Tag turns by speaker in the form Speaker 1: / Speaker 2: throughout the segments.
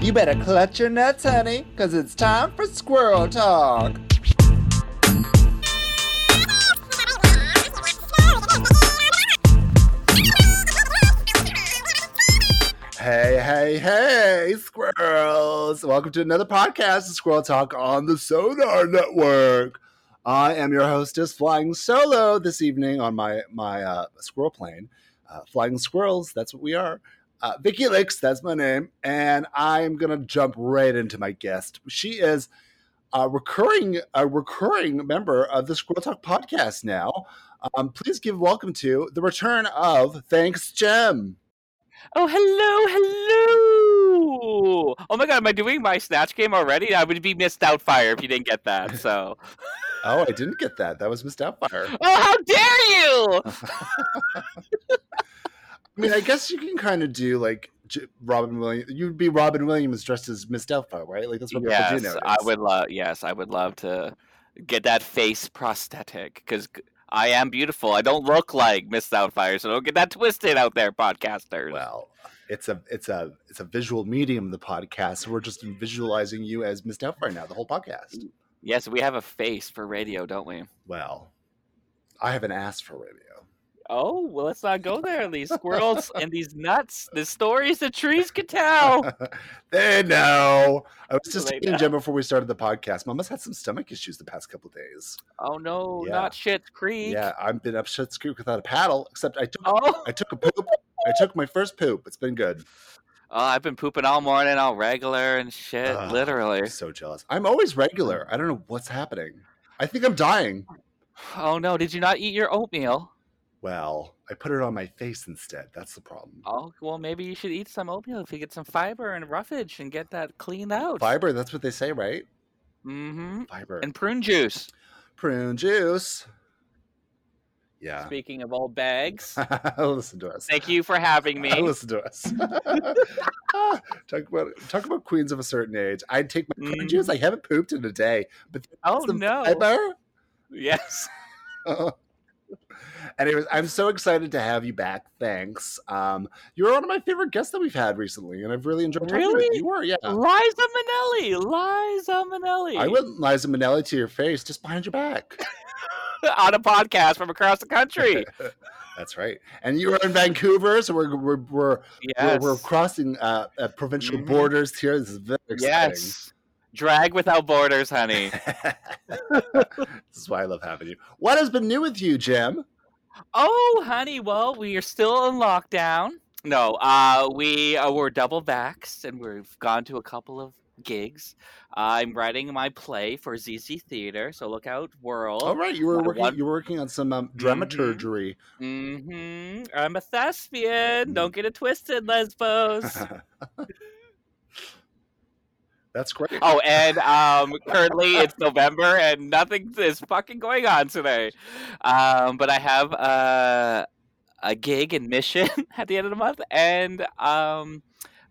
Speaker 1: You better clutch your nuts, honey, because it's time for squirrel talk. Hey, hey, hey, squirrels. Welcome to another podcast of Squirrel Talk on the Sonar Network. I am your hostess flying solo this evening on my, my uh, squirrel plane. Uh, flying squirrels, that's what we are. Uh, Vicky Licks, that's my name, and I'm gonna jump right into my guest. She is a recurring a recurring member of the Squirrel Talk podcast now. Um, please give welcome to the return of Thanks Jem.
Speaker 2: Oh, hello, hello! Oh my god, am I doing my snatch game already? I would be missed outfire if you didn't get that. So,
Speaker 1: Oh, I didn't get that. That was Miss Doubtfire.
Speaker 2: oh, how dare you!
Speaker 1: I mean, I guess you can kind of do like J- Robin Williams. You'd be Robin Williams dressed as Miss Doubtfire, right? Like that's what people do
Speaker 2: yes,
Speaker 1: notice.
Speaker 2: I would love. Yes, I would love to get that face prosthetic because I am beautiful. I don't look like Miss Doubtfire, so don't get that twisted out there, podcasters.
Speaker 1: Well, it's a it's a it's a visual medium. The podcast. So we're just visualizing you as Miss Doubtfire now. The whole podcast.
Speaker 2: yes, we have a face for radio, don't we?
Speaker 1: Well, I haven't asked for radio.
Speaker 2: Oh well, let's not go there. These squirrels and these nuts. The stories the trees could tell.
Speaker 1: they know. I was just
Speaker 2: Oh. They
Speaker 1: telling
Speaker 2: know.
Speaker 1: Jen before we started the podcast. Mama's had some stomach issues the past couple days.
Speaker 2: Oh no,
Speaker 1: Yeah.
Speaker 2: not Shit's Creek.
Speaker 1: Yeah, I've been up shit's creek without a paddle. Except I took
Speaker 2: Oh,
Speaker 1: I took a poop. I took my first poop. It's been good.
Speaker 2: Oh, I've been pooping all morning, all regular and shit.
Speaker 1: Ugh.
Speaker 2: literally.
Speaker 1: I'm so jealous. I'm always regular. I don't know what's happening. I think I'm dying.
Speaker 2: Oh no, did you not eat your oatmeal?
Speaker 1: Well, I put it on my face instead. That's the problem.
Speaker 2: Oh well, maybe you should eat some oatmeal if you get some fiber and roughage and get that cleaned out.
Speaker 1: Fiber. That's what they say, right?
Speaker 2: Mm-hmm.
Speaker 1: Fiber
Speaker 2: And prune juice.
Speaker 1: prune juice. Yeah.
Speaker 2: Speaking of old bags,
Speaker 1: Listen to us.
Speaker 2: thank you for having me.
Speaker 1: Listen to us. Ah, talk about talk about queens of a certain age. I'd take my prune
Speaker 2: Mhm.
Speaker 1: juice. I haven't pooped in a day, but
Speaker 2: Oh,
Speaker 1: that's the
Speaker 2: no.
Speaker 1: fiber.
Speaker 2: Yes.
Speaker 1: Anyways, I'm so excited to have you back. Thanks. Um, you were one of my favorite guests that we've had recently, and I've really enjoyed talking with you.
Speaker 2: Really?
Speaker 1: You were, yeah.
Speaker 2: Liza Minnelli. Liza Minnelli.
Speaker 1: I went Liza Minnelli to your face, just behind your back.
Speaker 2: on a podcast from across the country.
Speaker 1: That's right. And you were in Vancouver, so we're we're we're,
Speaker 2: yes.
Speaker 1: we're, we're crossing uh, uh, provincial
Speaker 2: Mhm.
Speaker 1: borders here. This is very exciting.
Speaker 2: yes. Drag without borders, honey.
Speaker 1: this is why I love having you. What has been new with you, Jim?
Speaker 2: Oh, honey, well, we are still in lockdown. No, uh, we uh, were double vaxxed and we've gone to a couple of gigs. I'm writing my play for ZZ Theater, so look out, world.
Speaker 1: All right, you were
Speaker 2: my
Speaker 1: working.
Speaker 2: one-
Speaker 1: You were working on some um,
Speaker 2: Mhm.
Speaker 1: dramaturgery.
Speaker 2: hmm I'm a
Speaker 1: Mm.
Speaker 2: thespian. Don't get it twisted, lesbos.
Speaker 1: That's great.
Speaker 2: oh, and um, currently it's November and nothing is fucking going on today. Um, but I have uh, a gig in Mission at the end of the month and um,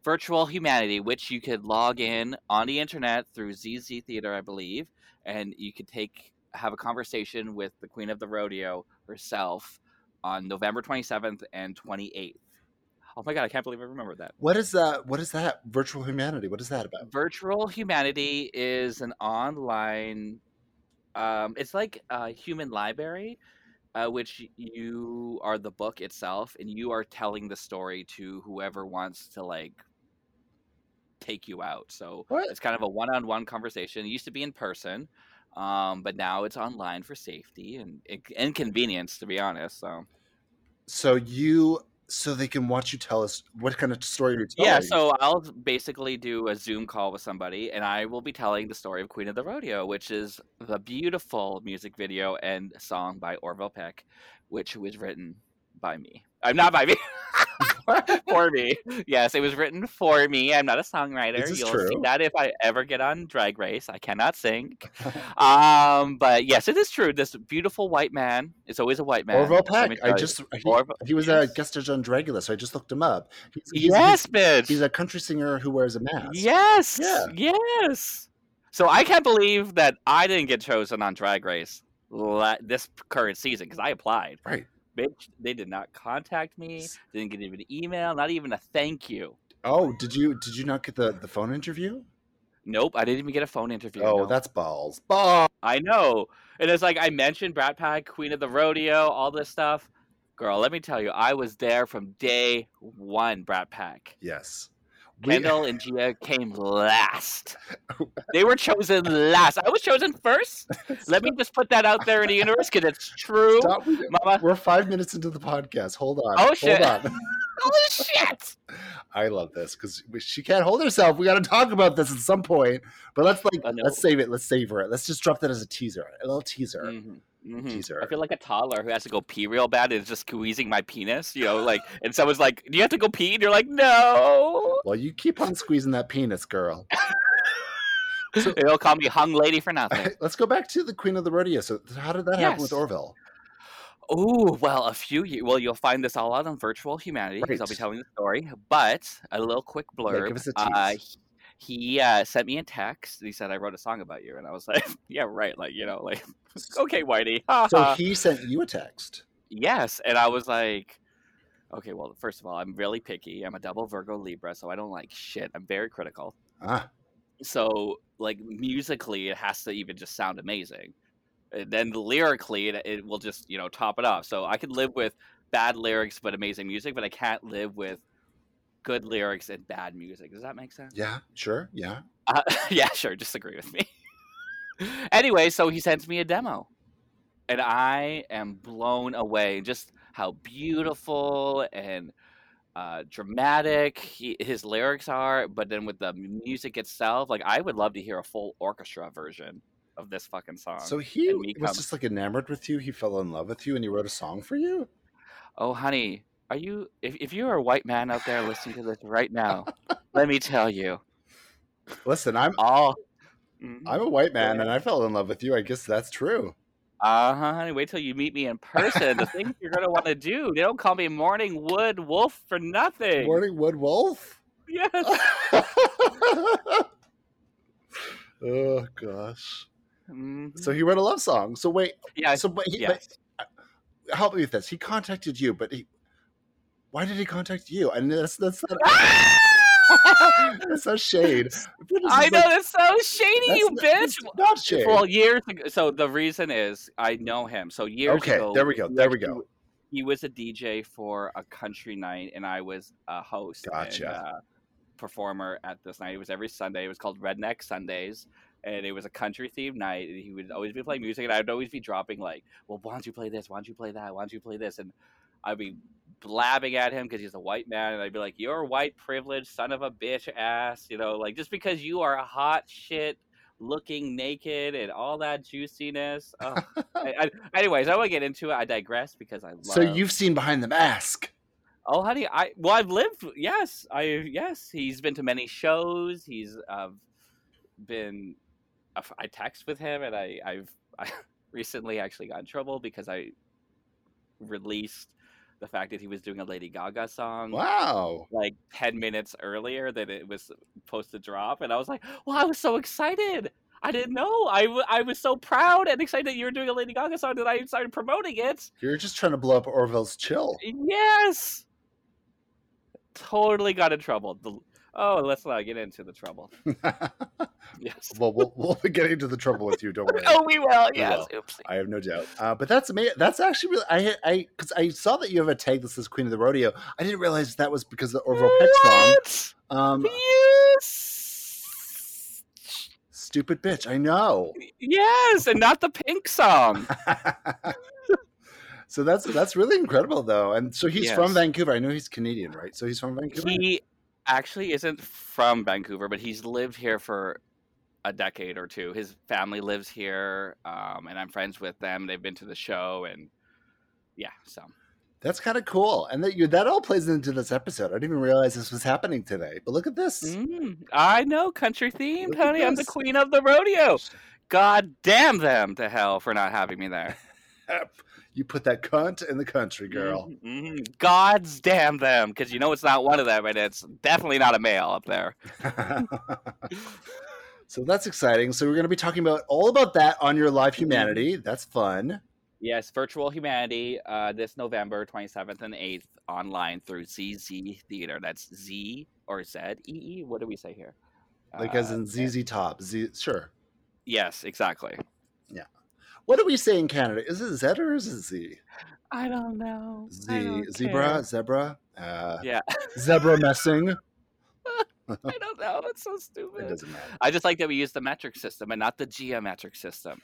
Speaker 2: Virtual Humanity, which you could log in on the internet through ZZ Theater, I believe, and you could take have a conversation with the Queen of the Rodeo herself on November 27th and 28th. Oh my god, I can't believe I remembered that.
Speaker 1: What is that? What is that? Virtual humanity. What is that about?
Speaker 2: Virtual Humanity is an online. Um, it's like a human library, uh, which you are the book itself, and you are telling the story to whoever wants to like take you out. So
Speaker 1: What?
Speaker 2: it's kind of a one-on-one conversation. It used to be in person, um, but now it's online for safety and in- inconvenience, to be honest. So
Speaker 1: So you, so they can watch you tell us what kind of story you're telling.
Speaker 2: Yeah, so uh, I'll basically do a Zoom call with somebody, and I will be telling the story of Queen of the Rodeo, which is the beautiful music video and song Uh, by Orville Peck, which was written by me. I'm not by me. for me. Yes, it was written for me. I'm not a songwriter.
Speaker 1: This is
Speaker 2: You'll
Speaker 1: true.
Speaker 2: see that if I ever get on Drag Race. I cannot sing. um, but yes, it is true. This beautiful white man is always a white man.
Speaker 1: Orville Peck.
Speaker 2: let me
Speaker 1: I
Speaker 2: tell you.
Speaker 1: just he,
Speaker 2: Orville-
Speaker 1: he was
Speaker 2: yes.
Speaker 1: a guest judge on Dragula, so I just looked him up. He's, he's-
Speaker 2: Yes, bitch.
Speaker 1: he's, he's a country singer who wears a mask.
Speaker 2: Yes.
Speaker 1: Yeah.
Speaker 2: Yes. So I can't believe that I didn't get chosen on Drag Race la- this current season because I applied.
Speaker 1: Right.
Speaker 2: Bitch, they did not contact me. Didn't get even an email. Not even a thank you.
Speaker 1: Oh, did you did you not get the the phone interview?
Speaker 2: Nope. I didn't even get a phone interview.
Speaker 1: oh,
Speaker 2: no.
Speaker 1: that's balls. Balls.
Speaker 2: I know. And it's like I mentioned Brat Pack, Queen of the Rodeo, all this stuff. Girl, let me tell you, I was there from day one, Brat Pack.
Speaker 1: Yes. We-
Speaker 2: Kendall and uh, Gia came last. They were chosen last. I was chosen first. Let me just put that out there in the universe because it's true.
Speaker 1: Stop. We-
Speaker 2: Mama.
Speaker 1: We're five minutes into the podcast. Hold on.
Speaker 2: Oh,
Speaker 1: Hold
Speaker 2: shit.
Speaker 1: on.
Speaker 2: Holy shit!
Speaker 1: I love this because she can't hold herself. We got to talk about this at some point. But let's like
Speaker 2: I know.
Speaker 1: let's save it. Let's savor it. Let's just drop that as a teaser, a little teaser.
Speaker 2: Mhm, mhm.
Speaker 1: Teaser.
Speaker 2: I feel like a toddler who has to go pee real bad and is just squeezing my penis, you know, like, and someone's like, Do you have to go pee? And you're like, No.
Speaker 1: Well, you keep on squeezing that penis, girl.
Speaker 2: They'll call me hung lady for nothing.
Speaker 1: let's go back to the Queen of the Rodeo. So how did that happen with
Speaker 2: Yes.
Speaker 1: Orville?
Speaker 2: Oh, well, a few years. Well, you'll find this all out on Virtual Humanity because I'll be
Speaker 1: Right.
Speaker 2: telling the story. But a little quick blurb.
Speaker 1: Yeah, give us a
Speaker 2: Uh,
Speaker 1: tease.
Speaker 2: he uh, sent me a text. and He said, I wrote a song about you. And I was like, yeah, right. Like, you know, like, okay, Whitey. ha
Speaker 1: So
Speaker 2: ha."
Speaker 1: he sent you a text.
Speaker 2: yes. And I was like, okay, well, first of all, I'm really picky. I'm a double Virgo Libra, so I don't like shit. I'm very critical.
Speaker 1: Ah,
Speaker 2: So, like, musically, it has to even just sound amazing. And then lyrically, it, it will just, you know, top it off. So I could live with bad lyrics but amazing music, but I can't live with good lyrics and bad music. Does that make sense?
Speaker 1: yeah, sure, yeah.
Speaker 2: Uh, yeah, sure. Disagree with me. anyway, so he sends me a demo, and I am blown away just how beautiful and uh, dramatic he, his lyrics are. But then with the music itself, like I would love to hear a full orchestra version of this fucking song.
Speaker 1: So he
Speaker 2: Uh, and me
Speaker 1: was
Speaker 2: come.
Speaker 1: just like enamored with you. He fell in love with you, and he wrote a song for you.
Speaker 2: oh, honey, are you? If if you are a white man out there listening to this right now, let me tell you,
Speaker 1: Listen, I'm
Speaker 2: all. Mm-hmm.
Speaker 1: I'm a white man, and I fell in love with you. I guess that's true.
Speaker 2: Uh huh, honey. Wait till you meet me in person. The things you're gonna want to do. They don't call me Morning Wood Wolf for nothing.
Speaker 1: Morning Wood Wolf.
Speaker 2: Yes.
Speaker 1: oh gosh.
Speaker 2: Mhm.
Speaker 1: So he wrote a love song. So wait,
Speaker 2: yeah.
Speaker 1: so but he,
Speaker 2: yes.
Speaker 1: but help me with this. He contacted you, but he why did he contact you? And that's that's not,
Speaker 2: Ah!
Speaker 1: that's not shade. But it's
Speaker 2: I
Speaker 1: like-
Speaker 2: know that's so shady,
Speaker 1: that's
Speaker 2: you
Speaker 1: not-
Speaker 2: bitch.
Speaker 1: that's Not shade.
Speaker 2: Well, years ago. So the reason is I know him. So years
Speaker 1: okay,
Speaker 2: ago.
Speaker 1: there we go.
Speaker 2: he
Speaker 1: There we
Speaker 2: actually
Speaker 1: go.
Speaker 2: he was a DJ for a country night, and I was a host
Speaker 1: Gotcha.
Speaker 2: and uh, performer at this night. It was every Sunday. It was called Redneck Sundays, and it was a country themed night. And he would always be playing music, and I'd always be dropping like, "Well, why don't you play this? Why don't you play that? Why don't you play this?" And I'd be blabbing at him because he's a white man, and I'd be like, "You're a white privileged son of a bitch ass," you know, like just because you are a hot shit. Looking naked and all that juiciness. Ugh. I- I- anyways, I won't get into it. I digress because I love.
Speaker 1: So you've seen behind the mask.
Speaker 2: Oh, honey, I well, I've lived. Yes, I yes. He's been to many shows. He's uh, been. I've- I text with him, and I I've I recently actually got in trouble because I released the fact that he was doing a Lady Gaga song
Speaker 1: Wow.
Speaker 2: like ten minutes earlier than it was supposed to drop, and I was like, "Well, I was so excited." I didn't know. I, w- I was so proud and excited that you were doing a Lady Gaga song that I started promoting it.
Speaker 1: You're just trying to blow up Orville's chill.
Speaker 2: Yes. Totally got in trouble. The, oh, let's not get into the trouble. Yes.
Speaker 1: well, we'll we'll be getting to the trouble with you. Don't worry.
Speaker 2: Oh, we will.
Speaker 1: We
Speaker 2: Yes. Oopsie.
Speaker 1: I have no doubt. Uh, but that's amazing. That's actually really. I I because I saw that you have a tag that says Queen of the Rodeo. I didn't realize that was because of the Orville Peck song. Um,
Speaker 2: What? Yes.
Speaker 1: stupid bitch. I know.
Speaker 2: Yes, and not the pink song.
Speaker 1: so that's that's really incredible though. And so he's from
Speaker 2: Yes.
Speaker 1: Vancouver. I know he's Canadian, right? So he's from Vancouver.
Speaker 2: he actually isn't from Vancouver, but he's lived here for a decade or two. His family lives here, um, and I'm friends with them. They've been to the show, and yeah, so
Speaker 1: That's kind of cool, and that you that all plays into this episode. I didn't even realize this was happening today, but look at this.
Speaker 2: Mm, I know, country themed,
Speaker 1: Look at
Speaker 2: honey. I'm the
Speaker 1: this.
Speaker 2: queen of the rodeo. God damn them to hell for not having me there. Mm-hmm.
Speaker 1: You put that cunt in the country, girl.
Speaker 2: Mhm, mhm. God's damn them, because you know it's not one of them, and it's definitely not a male up there.
Speaker 1: so that's exciting. So we're going to be talking about all about that on your live humanity. That's fun.
Speaker 2: Yes, Virtual Humanity uh, this November 27th and 8th online through ZZ Theater. That's Z or Z E E. What do we say here?
Speaker 1: Like as
Speaker 2: Uh,
Speaker 1: in ZZ Top. Z sure.
Speaker 2: Yes, exactly.
Speaker 1: What do we say in Canada? Is it Z or is it Z?
Speaker 2: I don't know. I
Speaker 1: Z
Speaker 2: don't
Speaker 1: zebra, zebra. Uh,
Speaker 2: care. Yeah,
Speaker 1: zebra messing. It
Speaker 2: I don't know. That's so stupid.
Speaker 1: doesn't matter.
Speaker 2: I just like that we use the metric system and not the geometric system.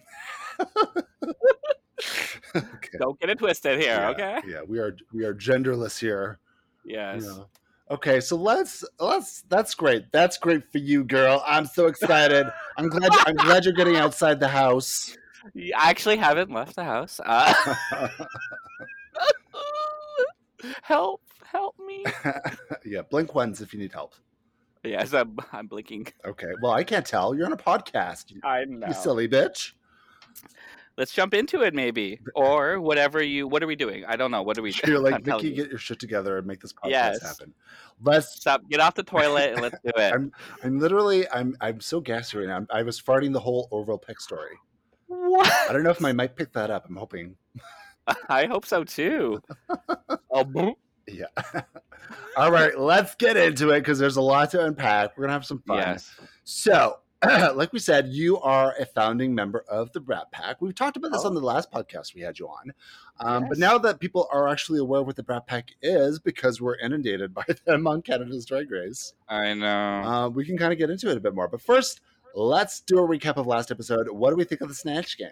Speaker 1: Okay.
Speaker 2: Don't get it twisted here,
Speaker 1: Yeah,
Speaker 2: okay?
Speaker 1: Yeah, we are we are genderless here.
Speaker 2: Yes.
Speaker 1: Yeah. Okay, so let's let's that's great. That's great for you, girl. I'm so excited. I'm glad I'm glad you're getting outside the house.
Speaker 2: Y- I actually haven't left the house. Uh, help, help me.
Speaker 1: yeah, blink ones if you need help.
Speaker 2: Yes, I'm, I'm blinking.
Speaker 1: Okay. Well, I can't tell. You're on a podcast. You,
Speaker 2: I know.
Speaker 1: you silly bitch.
Speaker 2: Let's jump into it, maybe. Or whatever you. What are we doing? I don't know. What are we
Speaker 1: You're like,
Speaker 2: I'm telling
Speaker 1: Nikki,
Speaker 2: you.
Speaker 1: get your shit together and make this podcast
Speaker 2: Yes.
Speaker 1: happen. Let's.
Speaker 2: Stop. Get off the toilet and let's do it.
Speaker 1: I'm literally. I'm. I'm so gassy right now. I'm, I was farting the whole Orville Peck story. I
Speaker 2: what?
Speaker 1: don't know if my mic picked that up. I'm hoping.
Speaker 2: I hope so too. oh, boom.
Speaker 1: Yeah. All right. Let's get into it because there's a lot to unpack. We're gonna have some fun.
Speaker 2: Yes.
Speaker 1: So, like we said, you are a founding member of the Brat Pack. We've talked about this on the last podcast we had you on. Um, But
Speaker 2: Oh. Yes.
Speaker 1: now that people are actually aware of what the Brat Pack is, because we're inundated by them on Canada's Drag Race,
Speaker 2: I know.
Speaker 1: uh, we can kind of get into it a bit more. But first, let's do a recap of last episode. What do we think of the Snatch game?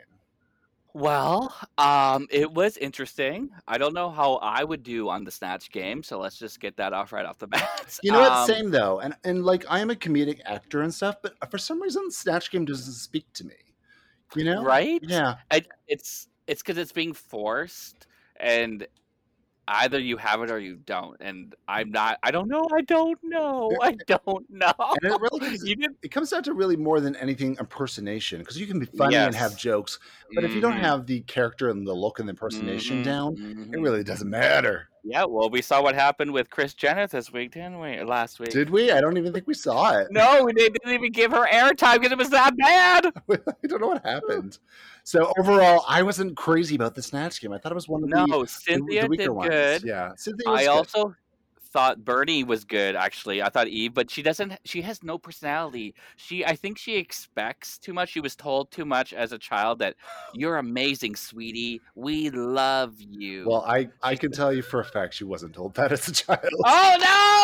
Speaker 2: Well, um, it was interesting. I don't know how I would do on the snatch game, so let's just get that off right off the bat.
Speaker 1: You know what?
Speaker 2: Um,
Speaker 1: Same though. And, and like, I am a comedic actor and stuff, but for some reason, Snatch game doesn't speak to me. You know?
Speaker 2: right?
Speaker 1: Yeah.
Speaker 2: I, it's it's because it's being forced, and either you have it or you don't. And I'm not. I don't know. I don't know. I don't know.
Speaker 1: And it really doesn't
Speaker 2: You did.
Speaker 1: it comes down to really more than anything impersonation because you can be funny and have
Speaker 2: Yes.
Speaker 1: jokes, but if you don't
Speaker 2: Mhm,
Speaker 1: have the character and the look and the impersonation
Speaker 2: mhm,
Speaker 1: down, it
Speaker 2: mhm.
Speaker 1: really doesn't matter.
Speaker 2: yeah. Well, we saw what happened with Chris Jenner this week, didn't we? Or Last week.
Speaker 1: Did we? I don't even think we saw it.
Speaker 2: no, they didn't even give her airtime because it was that bad.
Speaker 1: I don't know what happened. So overall, I wasn't crazy about the snatch game. I thought it was one of the,
Speaker 2: No,
Speaker 1: the-
Speaker 2: Cynthia
Speaker 1: the weaker
Speaker 2: did
Speaker 1: ones.
Speaker 2: good.
Speaker 1: Yeah, Cynthia. Was
Speaker 2: I
Speaker 1: good.
Speaker 2: also thought Bernie was good actually. I thought Eve, but she doesn't she has no personality. She I think she expects too much. She was told too much as a child that you're amazing, sweetie. We love you.
Speaker 1: Well, I I can tell you for a fact she wasn't told that as a child.
Speaker 2: Oh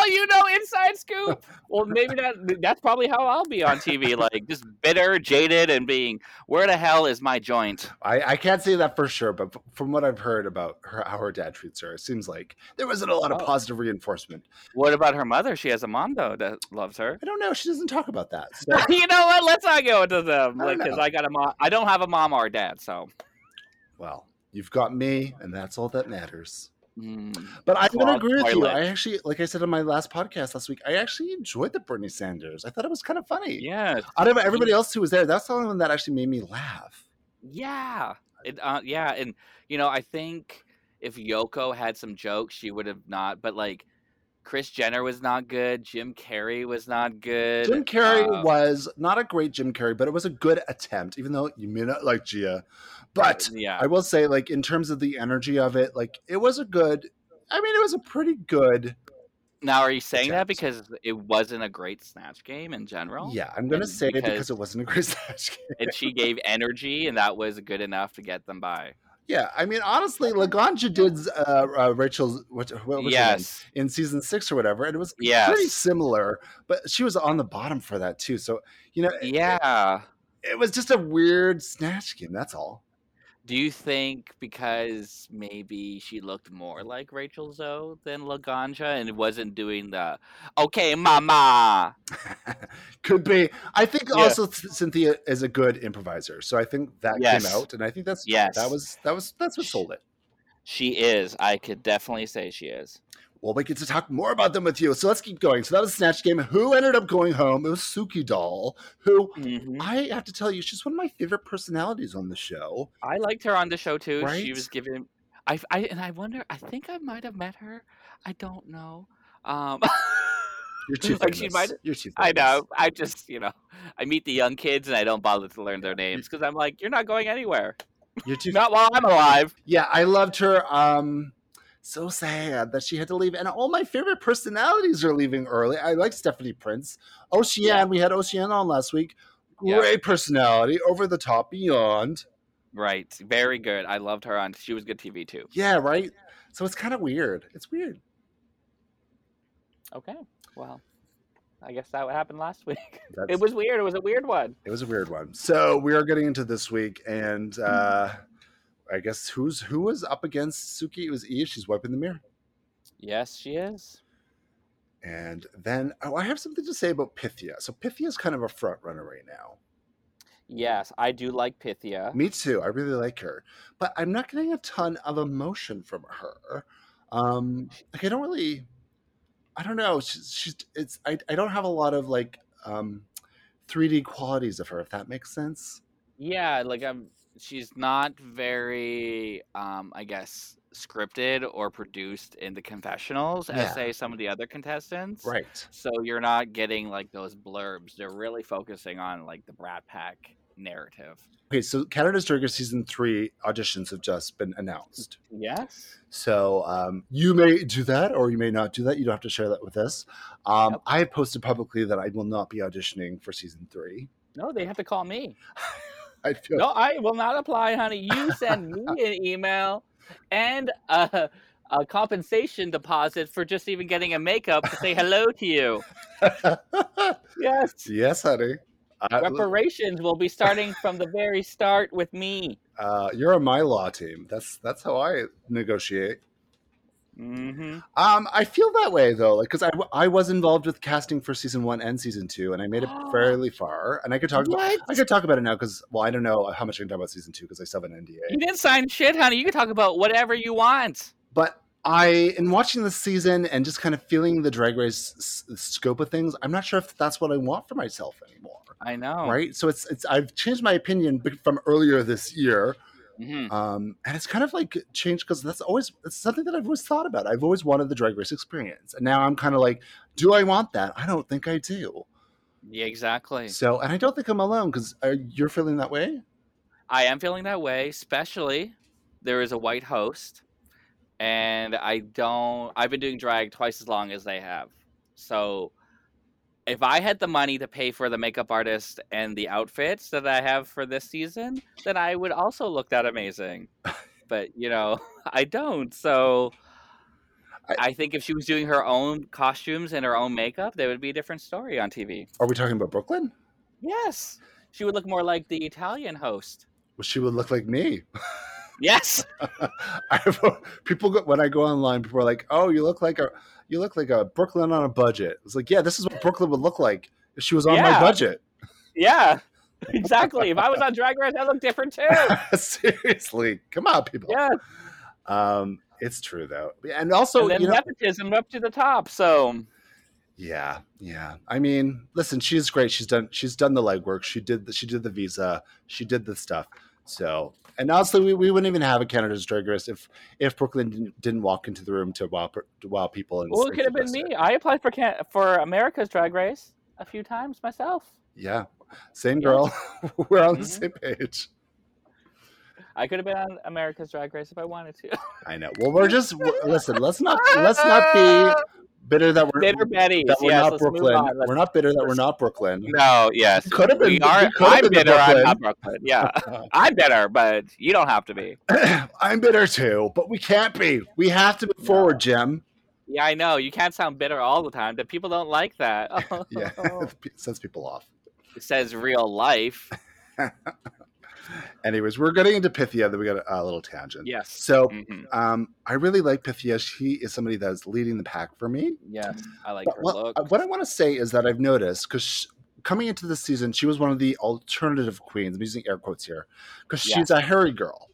Speaker 2: no, you know inside scoop. Well, maybe that that's probably how I'll be on TV like just bitter, jaded and being where the hell is my joint?
Speaker 1: I, I can't say that for sure, but f- from what I've heard about her, how her dad treats her, it seems like there wasn't a lot of
Speaker 2: Oh.
Speaker 1: positive reinforcement.
Speaker 2: What about her mother? She has a mom though that loves her.
Speaker 1: I don't know. She doesn't talk about that. So
Speaker 2: you know what? Let's not go into them
Speaker 1: I don't
Speaker 2: because
Speaker 1: know.
Speaker 2: I got a mom. I don't have a mom or a dad, so
Speaker 1: Well, you've got me, and that's all that matters.
Speaker 2: Mm.
Speaker 1: But I'm going to
Speaker 2: Clogged
Speaker 1: agree with you.
Speaker 2: toilet.
Speaker 1: I actually, like I said on my last podcast last week, I actually enjoyed the Bernie Sanders. I thought it was kind of funny.
Speaker 2: yeah,
Speaker 1: Out of everybody else who was there, that's the only one that actually made me laugh.
Speaker 2: yeah, it, uh, yeah, and you know, I think if Yoko had some jokes, she would have not. But like, Chris Jenner was not good. Jim Carrey was not good.
Speaker 1: Jim Carrey
Speaker 2: uh,
Speaker 1: was not a great Jim Carrey, but it was a good attempt, even though you may not like Gia. But
Speaker 2: uh, yeah,
Speaker 1: I will say, like, in terms of the energy of it, like, it was a good, I mean, it was a pretty good.
Speaker 2: now are you saying that
Speaker 1: Attempts.
Speaker 2: because it wasn't a great snatch game in general?
Speaker 1: Yeah, I'm going to
Speaker 2: And
Speaker 1: say it because
Speaker 2: because-
Speaker 1: it wasn't a great snatch game.
Speaker 2: and she gave energy, and that was good enough to get them by.
Speaker 1: Yeah, I mean, honestly, Laganja did uh, uh, Rachel's what, what was her name?
Speaker 2: yes,
Speaker 1: in season six or whatever, and it was pretty
Speaker 2: Yes.
Speaker 1: similar. But she was on the bottom for that too, so you know, it-
Speaker 2: yeah.
Speaker 1: it, was just a weird snatch game. That's all.
Speaker 2: Do you think because maybe she looked more like Rachel Zoe than Laganja and wasn't doing the okay, mama?
Speaker 1: Could be. I think
Speaker 2: Yeah.
Speaker 1: also Th- Cynthia is a good improviser, so I think that
Speaker 2: Yes.
Speaker 1: came out, and I think that's
Speaker 2: Yes.
Speaker 1: that was that was that's what sold it.
Speaker 2: She is. I could definitely say she is.
Speaker 1: Well, we get to talk more about them with you. So let's keep going. So that was Snatch Game. Who ended up going home? It was Suki Doll, who
Speaker 2: Mhm.
Speaker 1: I have to tell you, she's one of my favorite personalities on the show.
Speaker 2: I liked her on the show too.
Speaker 1: Right?
Speaker 2: She was giving. I, I and I wonder. I think I might have met her. I don't know. Um,
Speaker 1: You're too
Speaker 2: Like,
Speaker 1: famous.
Speaker 2: she might-
Speaker 1: You're too famous.
Speaker 2: I know. I just you know. I meet the young kids and I don't bother to learn their names because I'm like, you're not going anywhere.
Speaker 1: You're too
Speaker 2: Not while I'm alive.
Speaker 1: Yeah, I loved her. Um, so sad that she had to leave, and all my favorite personalities are leaving early. I like Stephanie Prince, Ocean.
Speaker 2: Yeah.
Speaker 1: We had Ocean on last week.
Speaker 2: Yeah.
Speaker 1: Great personality, over the top, beyond.
Speaker 2: Right. Very good. I loved her on. She was good TV too.
Speaker 1: Yeah, right. So it's kind of weird. It's weird.
Speaker 2: Okay. Well, I guess that what happened last week.
Speaker 1: That's-
Speaker 2: It was weird. It was a weird one.
Speaker 1: It was a weird one. So we are getting into this week, and uh, I guess who's who was up against Suki? It was Eve. She's wiping the mirror.
Speaker 2: Yes, she is.
Speaker 1: And then, oh, I have something to say about Pythia. So Pythia's kind of a front runner right now.
Speaker 2: Yes, I do like Pythia.
Speaker 1: Me too. I really like her, but I'm not getting a ton of emotion from her. Um, like I don't really, I don't know. She's, she's it's I, I don't have a lot of like um, 3D qualities of her. If that makes sense.
Speaker 2: Yeah, like I'm. She's not very, um, I guess, scripted or produced in the confessionals
Speaker 1: Yeah.
Speaker 2: as say some of the other contestants.
Speaker 1: Right.
Speaker 2: So you're not getting like those blurbs. They're really focusing on like the Brat Pack narrative.
Speaker 1: Okay. So Canada's Drag Race season three auditions have just been announced.
Speaker 2: Yes.
Speaker 1: So um, you may do that, or you may not do that. You don't have to share that with us. Um,
Speaker 2: Yep.
Speaker 1: I have posted publicly that I will not be auditioning for season three.
Speaker 2: No, they have to call me.
Speaker 1: I feel
Speaker 2: No, I will not apply, honey. You send me an email and a, a compensation deposit for just even getting a makeup to say hello to you. Yes.
Speaker 1: yes, honey. I,
Speaker 2: Reparations will be starting from the very start with me.
Speaker 1: uh, you're on my law team. That's that's how I negotiate.
Speaker 2: Mm-hmm.
Speaker 1: Um, I feel that way though, like because I, w- I was involved with casting for season one and season two, and I made it fairly far. And I could talk about
Speaker 2: What?
Speaker 1: I could talk about it now because well, I don't know how much I can talk about season two because I still have an NDA.
Speaker 2: You didn't sign shit, honey. You can talk about whatever you want.
Speaker 1: But I, in watching this season and just kind of feeling the Drag Race s- s- scope of things, I'm not sure if that's what I want for myself anymore.
Speaker 2: I know.
Speaker 1: Right? So it's it's I've changed my opinion b- from earlier this year.
Speaker 2: hmm
Speaker 1: um, and it's kind of like changed because that's always it's something that I've always thought about. I've always wanted the Drag Race experience, and now I'm kind of like, do I want that? I don't think I do.
Speaker 2: Yeah, exactly.
Speaker 1: So, and I don't think I'm alone because uh, you're feeling that way.
Speaker 2: I am feeling that way, especially there is a white host, and I don't. I've been doing drag twice as long as they have. So, if I had the money to pay for the makeup artist and the outfits that I have for this season, then I would also look that amazing. But you know, I don't. So.
Speaker 1: I-
Speaker 2: I think if she was doing her own costumes and her own makeup, there would be a different story on TV.
Speaker 1: Are we talking about Brooklyn?
Speaker 2: Yes, she would look more like the Italian host.
Speaker 1: Well, she would look like me.
Speaker 2: Yes.
Speaker 1: I've, people go, when I go online, people are like, "Oh, you look like a you look like a Brooklyn on a budget." It's like, yeah, this is what Brooklyn would look like if she was on my
Speaker 2: Yeah.
Speaker 1: budget.
Speaker 2: Yeah, exactly. if I was on Drag Race, I'd look different too.
Speaker 1: Seriously, come on, people.
Speaker 2: Yeah,
Speaker 1: Um, it's true though, and also
Speaker 2: and then
Speaker 1: you know,
Speaker 2: nepotism up to the top. So
Speaker 1: Yeah, yeah. I mean, listen, she's great. She's done. She's done the legwork. She did. The, she did the visa. She did the stuff. So, and honestly, we, we wouldn't even have a Canada's Drag Race if if Brooklyn didn't, didn't walk into the room to wow per- to wow people. And
Speaker 2: well,
Speaker 1: say
Speaker 2: it could have been
Speaker 1: she was
Speaker 2: me.
Speaker 1: there.
Speaker 2: I applied for Can- for America's Drag Race a few times myself.
Speaker 1: Yeah, same
Speaker 2: Yeah.
Speaker 1: girl. We're on the
Speaker 2: Mhm.
Speaker 1: same page.
Speaker 2: I could have been on America's Drag Race if I wanted to.
Speaker 1: I know. Well, we're just w- listen. Let's not let's not be bitter that we're
Speaker 2: Bitter Betty.
Speaker 1: that we're
Speaker 2: yes,
Speaker 1: not
Speaker 2: let's
Speaker 1: Brooklyn.
Speaker 2: Move on. Let's-
Speaker 1: We're not bitter that we're not Brooklyn.
Speaker 2: No. Yes.
Speaker 1: Could have been.
Speaker 2: We are.
Speaker 1: could have
Speaker 2: I'm
Speaker 1: been the
Speaker 2: bitter. I'm
Speaker 1: Brooklyn.
Speaker 2: not Brooklyn. Yeah, I'm bitter, but you don't have to be.
Speaker 1: I'm bitter too, but we can't be. We have to move forward, Jim.
Speaker 2: Yeah, I know. You can't sound bitter all the time. The people don't like that.
Speaker 1: Yeah, it sends people off.
Speaker 2: it says real life.
Speaker 1: Anyways, we're getting into Pythia, then we got a, a little tangent.
Speaker 2: Yes.
Speaker 1: So,
Speaker 2: Mhm.
Speaker 1: um, I really like Pythia. She is somebody that is leading the pack for me.
Speaker 2: Yes, I like
Speaker 1: But
Speaker 2: her
Speaker 1: what,
Speaker 2: look.
Speaker 1: uh, what I want to say is that I've noticed because coming into this season, she was one of the alternative queens. I'm using air quotes here because
Speaker 2: Yeah.
Speaker 1: she's a hairy girl.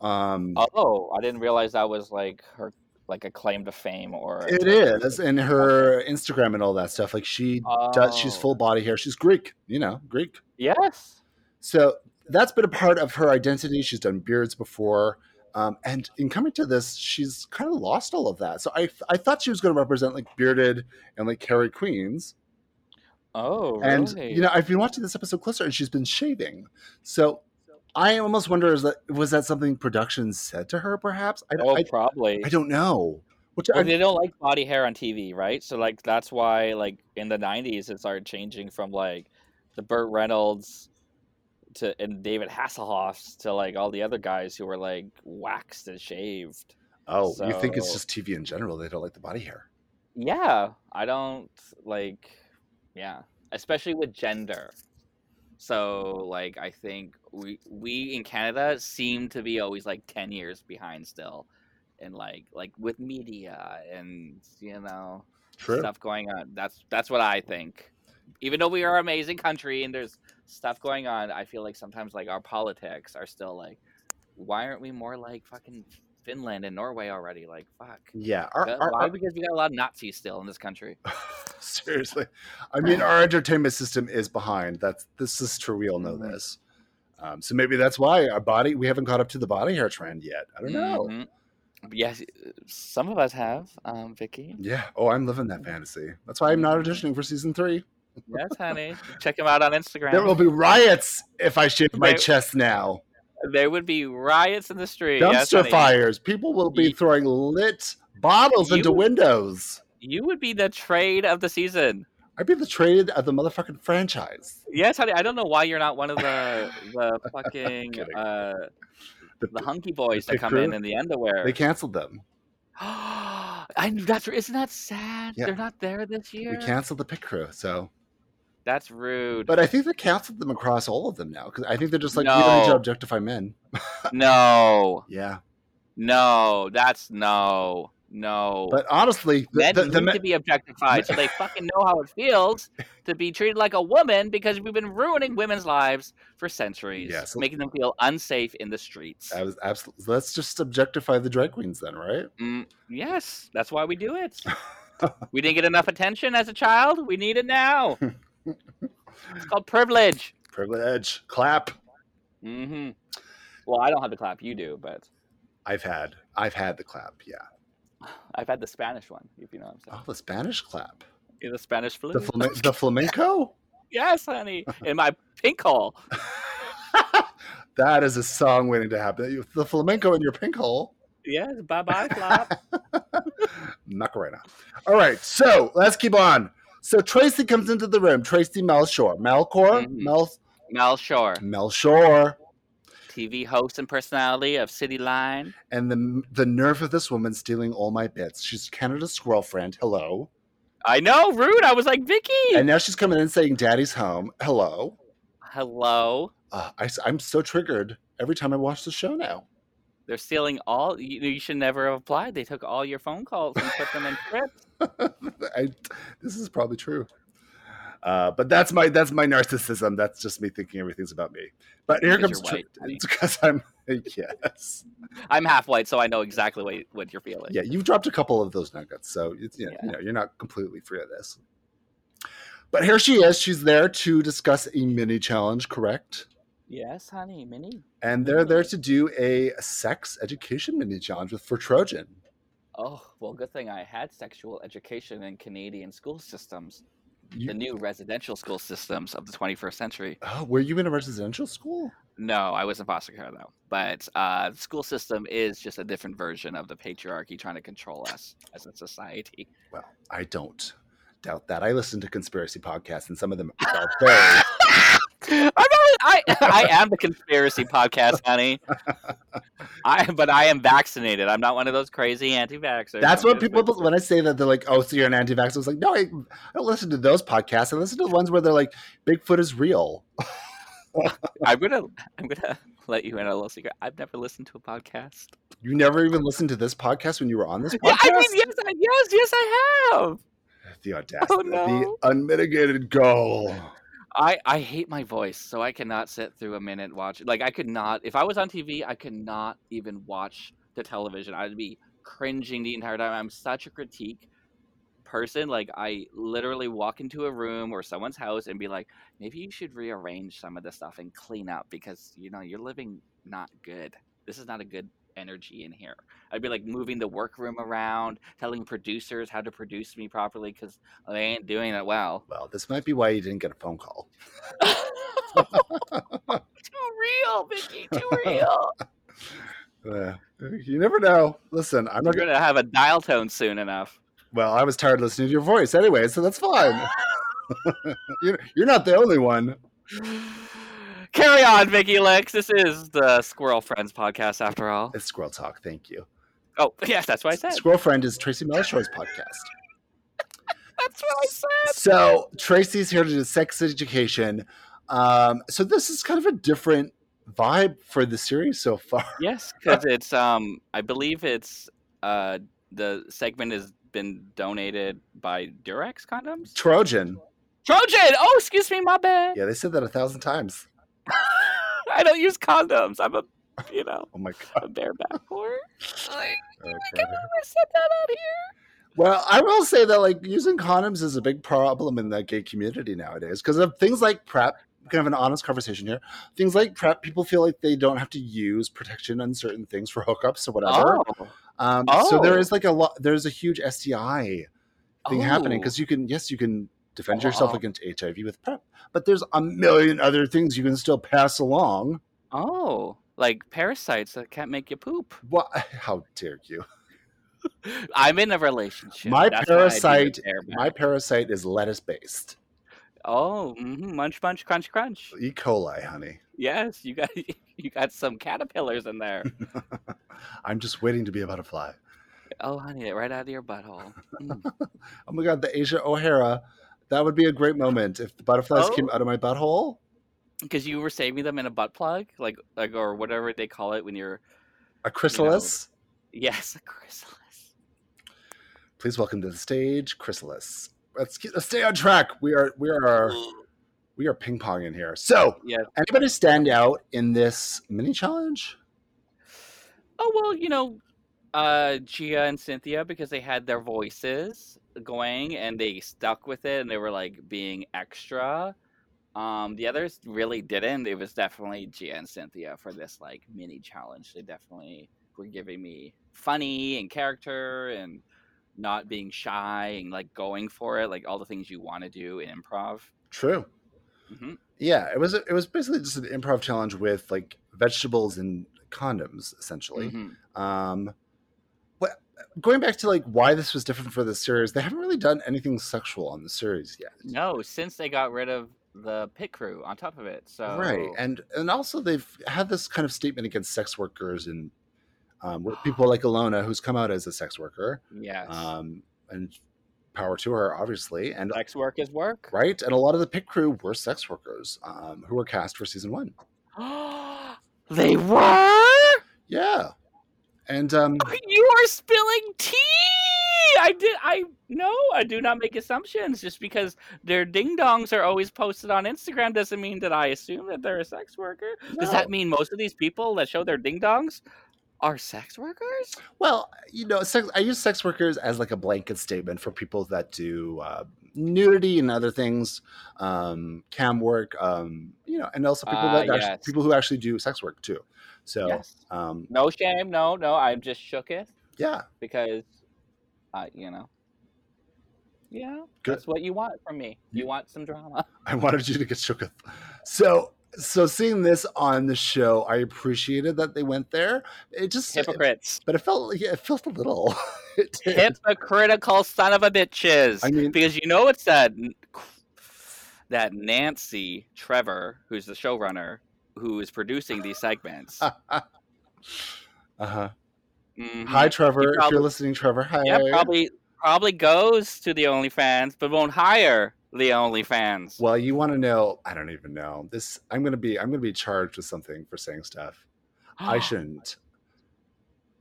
Speaker 1: Um,
Speaker 2: Oh, I didn't realize that was like her like a claim to fame or
Speaker 1: it is, and her Instagram and all that stuff. Like she does, she's
Speaker 2: Oh.
Speaker 1: full body hair. She's Greek, you know, Greek.
Speaker 2: Yes.
Speaker 1: So that's been a part of her identity. She's done beards before. Um, and in coming to this, she's kind of lost all of that. So I, I thought she was going to represent like bearded and like Carrie Queens.
Speaker 2: Oh, really?
Speaker 1: And, you know, I've been watching this episode closer and she's been shaving. So I almost wonder is that, was that something production said to her perhaps? I,
Speaker 2: oh,
Speaker 1: I,
Speaker 2: probably.
Speaker 1: I don't know. Which
Speaker 2: Well,
Speaker 1: I,
Speaker 2: they don't like body hair on TV, right? So like that's why like in the '90s it started changing from like the Burt Reynolds to and David Hasselhoffs to like all the other guys who were like waxed and shaved.
Speaker 1: oh, you think it's
Speaker 2: so-
Speaker 1: just TV in general. They don't like the body hair.
Speaker 2: Yeah, I don't like. Yeah, especially with gender. So like I think we we in Canada seem to be always like ten years behind still, and like like with media and you know stuff going on. That's that's what I think. Even though we are an amazing country and there's stuff going on, I feel like sometimes like our politics are still like, why aren't we more like fucking Finland and Norway already? Like fuck.
Speaker 1: Yeah. Our,
Speaker 2: Go-
Speaker 1: our-
Speaker 2: why?
Speaker 1: our-
Speaker 2: because we got a lot of Nazis still in this country.
Speaker 1: Seriously, I mean, our entertainment system is behind. That's this is true. We all know
Speaker 2: Mhm.
Speaker 1: this. Um, so maybe that's why our body we haven't caught up to the body hair trend yet. I don't know.
Speaker 2: Mhm. Yes, some of us have, um, Vicky.
Speaker 1: Yeah. Oh, I'm living that
Speaker 2: Mm-hmm.
Speaker 1: fantasy. That's why I'm not auditioning for season three.
Speaker 2: Yes, honey. Check them out on Instagram.
Speaker 1: There will be riots if I shave my
Speaker 2: There-
Speaker 1: chest now.
Speaker 2: There would be riots in the street. yes,
Speaker 1: Dumpster
Speaker 2: honey.
Speaker 1: fires. People will be
Speaker 2: Ye-
Speaker 1: throwing lit bottles
Speaker 2: You-
Speaker 1: into windows.
Speaker 2: You would be the trade of the season.
Speaker 1: I'd be the trade of the motherfucking franchise.
Speaker 2: Yes, honey. I don't know why you're not one of the the fucking
Speaker 1: Kidding.
Speaker 2: uh,
Speaker 1: The-
Speaker 2: the hunky boys that
Speaker 1: pit
Speaker 2: come
Speaker 1: crew?
Speaker 2: in in the underwear.
Speaker 1: they canceled them.
Speaker 2: I that's isn't that sad?
Speaker 1: Yeah.
Speaker 2: They're not there this year.
Speaker 1: We canceled the pit crew. So
Speaker 2: That's rude.
Speaker 1: But I think they canceled them across all of them now because I think they're just like we don't need to
Speaker 2: No.
Speaker 1: objectify men.
Speaker 2: no,
Speaker 1: Yeah,
Speaker 2: no, that's no, no.
Speaker 1: but honestly, the,
Speaker 2: men
Speaker 1: the, the
Speaker 2: need
Speaker 1: men-
Speaker 2: to be objectified so they fucking know how it feels to be treated like a woman because we've been ruining women's lives for centuries,
Speaker 1: Yes.
Speaker 2: making them feel unsafe in the streets.
Speaker 1: I was absolutely. Let's just objectify the drag queens then, right?
Speaker 2: Mm, yes, that's why we do it. we didn't get enough attention as a child. We need it now. it's called privilege.
Speaker 1: Privilege, clap.
Speaker 2: hmm Well, I don't have the clap. You do, but
Speaker 1: I've had, I've had the clap. Yeah,
Speaker 2: I've had the Spanish one, if you know what I'm
Speaker 1: oh,
Speaker 2: saying.
Speaker 1: the Spanish clap,
Speaker 2: Yeah, The Spanish flu.
Speaker 1: the, flamen- the flamenco.
Speaker 2: yes, honey. In my pink hole.
Speaker 1: that is a song waiting to happen. The flamenco in your pink hole,
Speaker 2: Yes, bye bye, flop.
Speaker 1: Macarena. All right, so let's keep on. So Tracy comes into the room. Tracy Melchor, Melchor,
Speaker 2: Mhm.
Speaker 1: Mel,
Speaker 2: Mel Shore.
Speaker 1: Melchor.
Speaker 2: TV host and personality of City Line.
Speaker 1: and the the nerve of this woman stealing all my bits. She's Canada's girlfriend. Hello,
Speaker 2: I know, rude. I was like, Vicky.
Speaker 1: and now she's coming in saying, "Daddy's home." Hello,
Speaker 2: Hello.
Speaker 1: uh, I, am so triggered every time I watch the show now.
Speaker 2: They're stealing all. You, you should never have applied. They took all your phone calls and put them in scripts.
Speaker 1: I, this is probably true, uh, but that's my that's my narcissism. That's just me thinking everything's about me. But here
Speaker 2: Because
Speaker 1: comes
Speaker 2: you're
Speaker 1: Tr-
Speaker 2: white, honey.
Speaker 1: it's because I'm yes,
Speaker 2: I'm half white, so I know exactly what, what you're feeling.
Speaker 1: yeah. You've dropped a couple of those nuggets, so it's you know,
Speaker 2: Yeah.
Speaker 1: you know you're not completely free of this. But here she is. She's there to discuss a mini challenge, correct?
Speaker 2: Yes, honey, Minnie.
Speaker 1: and they're there to do a sex education mini challenge with for Trojan.
Speaker 2: Oh, well, good thing I had sexual education in Canadian school systems, the
Speaker 1: You,
Speaker 2: new residential school systems of the 21st century.
Speaker 1: oh, were you in a residential school?
Speaker 2: No, I was in foster care, though. But uh, the school system is just a different version of the patriarchy trying to control us as a society.
Speaker 1: Well, I don't doubt that. I listen to conspiracy podcasts, and some of them are very.
Speaker 2: I'm not, I I am the conspiracy podcast, honey. I but I am vaccinated. I'm not one of those crazy anti-vaxxers.
Speaker 1: That's
Speaker 2: I'm
Speaker 1: what
Speaker 2: just-
Speaker 1: people when I say that they're like, "Oh, so you're an anti-vaxxer." It's like, no, I, I don't listen to those podcasts. I listen to the ones where they're like, "Bigfoot is real."
Speaker 2: I'm gonna I'm gonna let you in on a little secret. I've never listened to a podcast.
Speaker 1: You never even listened to this podcast when you were on this podcast.
Speaker 2: Yeah, I mean, yes, I, yes, yes, I have.
Speaker 1: The audacity,
Speaker 2: Oh, no.
Speaker 1: the unmitigated goal.
Speaker 2: I I hate my voice, so I cannot sit through a minute watch. Like I could not. If I was on TV, I could not even watch the television. I'd be cringing the entire time. I'm such a critique person. Like I literally walk into a room or someone's house and be like, maybe you should rearrange some of the stuff and clean up because you know you're living not good. This is not a good energy in here. I'd be like moving the workroom around, telling producers how to produce me properly because they ain't doing it well.
Speaker 1: Well, this might be why you didn't get a phone call.
Speaker 2: too real, Mickey. Too real.
Speaker 1: Uh, you never know. Listen, I'm
Speaker 2: We're
Speaker 1: not. Gonna,
Speaker 2: gonna have a dial tone soon enough.
Speaker 1: well, I was tired listening to your voice anyway, so that's fine. you're, you're not the only one.
Speaker 2: Carry on, Mickey Lex. This is the Squirrel Friends podcast, after all.
Speaker 1: It's Squirrel Talk. Thank you.
Speaker 2: Oh, yes, that's what I said.
Speaker 1: Squirrel Friend is Tracy Melishaw's podcast.
Speaker 2: That's what I said.
Speaker 1: so Tracy's here to do sex education. Um, so this is kind of a different vibe for the series so far.
Speaker 2: Yes, because it's um, I believe it's uh, the segment has been donated by Durex condoms.
Speaker 1: Trojan.
Speaker 2: Trojan. Oh, excuse me, my bad.
Speaker 1: Yeah, they said that a thousand times.
Speaker 2: I don't use condoms. I'm a, you know,
Speaker 1: Oh my god.
Speaker 2: a bareback whore. Like,
Speaker 1: Oh,
Speaker 2: I
Speaker 1: God.
Speaker 2: can't believe I said that out here.
Speaker 1: Well, I will say that like using condoms is a big problem in the gay community nowadays because of things like prep. We can have an honest conversation here. Things like prep, people feel like they don't have to use protection on certain things for hookups or whatever.
Speaker 2: Oh.
Speaker 1: Um, So there
Speaker 2: Oh.
Speaker 1: is like a lot. There's a huge STI thing happening
Speaker 2: Oh.
Speaker 1: because you can yes you can defend
Speaker 2: Oh,
Speaker 1: yourself
Speaker 2: oh.
Speaker 1: against hiv with prep but there's a million other things you can still pass along
Speaker 2: Oh, like parasites that can't make you poop.
Speaker 1: what how dare you
Speaker 2: I'm in a relationship.
Speaker 1: My
Speaker 2: That's what I do with
Speaker 1: parasite-
Speaker 2: Airbag.
Speaker 1: my parasite is lettuce based
Speaker 2: oh, mhm, munch, munch, crunch, crunch.
Speaker 1: e coli honey
Speaker 2: Yes, you got you got some caterpillars in there.
Speaker 1: i'm just waiting to be a butterfly
Speaker 2: oh, honey, right out of your butthole. Mm.
Speaker 1: oh my god the asia o'hara that would be a great moment if the butterflies
Speaker 2: Oh.
Speaker 1: came out of my butthole
Speaker 2: Because you were saving them in a butt plug, like like or whatever they call it when you're
Speaker 1: a chrysalis
Speaker 2: yes, a chrysalis.
Speaker 1: please welcome to the stage chrysalis let's, get, let's stay on track we are we are we are ping ponging here so
Speaker 2: Yeah.
Speaker 1: anybody stand out in this mini challenge
Speaker 2: Oh well, you know, uh, Gia and Cynthia because they had their voices going and they stuck with it and they were like being extra. Um, the others really didn't. It was definitely Gia and Cynthia for this like mini challenge. They definitely were giving me funny and character and not being shy and like going for it, like all the things you want to do in improv.
Speaker 1: True.
Speaker 2: hmm
Speaker 1: Yeah, it was it was basically just an improv challenge with like vegetables and condoms essentially. Um what going back to like why this was different for the series, they haven't really done anything sexual on the series yet.
Speaker 2: No, since they got rid of the pit crew on top of it, so
Speaker 1: Right. And and also they've had this kind of statement against sex workers and um with people like Alona who's come out as a sex worker.
Speaker 2: yes.
Speaker 1: Um and power to her obviously and
Speaker 2: Sex work is work.
Speaker 1: right and a lot of the pit crew were sex workers um who were cast for season 1.
Speaker 2: they were.
Speaker 1: Yeah. And um
Speaker 2: You are spilling tea. I did. I no. I do not make assumptions. Just because their ding dongs are always posted on Instagram doesn't mean that I assume that they're a sex worker. Does
Speaker 1: No.
Speaker 2: that mean most of these people that show their ding dongs are sex workers?
Speaker 1: Well, you know, sex, I use sex workers as like a blanket statement for people that do uh, nudity and other things, um, cam work, um, you know, and also people that
Speaker 2: Ah,
Speaker 1: actu-
Speaker 2: yes.
Speaker 1: people who actually do sex work too. So,
Speaker 2: Yes.
Speaker 1: um,
Speaker 2: No shame. No. No. I'm just shook it
Speaker 1: yeah,
Speaker 2: because, uh, you know. Yeah,
Speaker 1: Good.
Speaker 2: that's what you want from me. You want some drama.
Speaker 1: I wanted you to get shook. up. So, so seeing this on the show, I appreciated that they went there. It just,
Speaker 2: Hypocrites.
Speaker 1: but it felt, like- yeah, it felt a little. it did.
Speaker 2: hypocritical son of a bitches.
Speaker 1: I mean-
Speaker 2: because you know it's that that Nancy Trevor, who's the showrunner, who is producing these segments.
Speaker 1: Uh-huh.
Speaker 2: Mhm.
Speaker 1: Hi, Trevor. if
Speaker 2: probably-
Speaker 1: you're listening, Trevor, hi.
Speaker 2: yeah, probably probably goes to the OnlyFans, but won't hire the OnlyFans.
Speaker 1: Well, you want to know? I don't even know this. I'm gonna be. I'm gonna be charged with something for saying stuff.
Speaker 2: Ah.
Speaker 1: I shouldn't.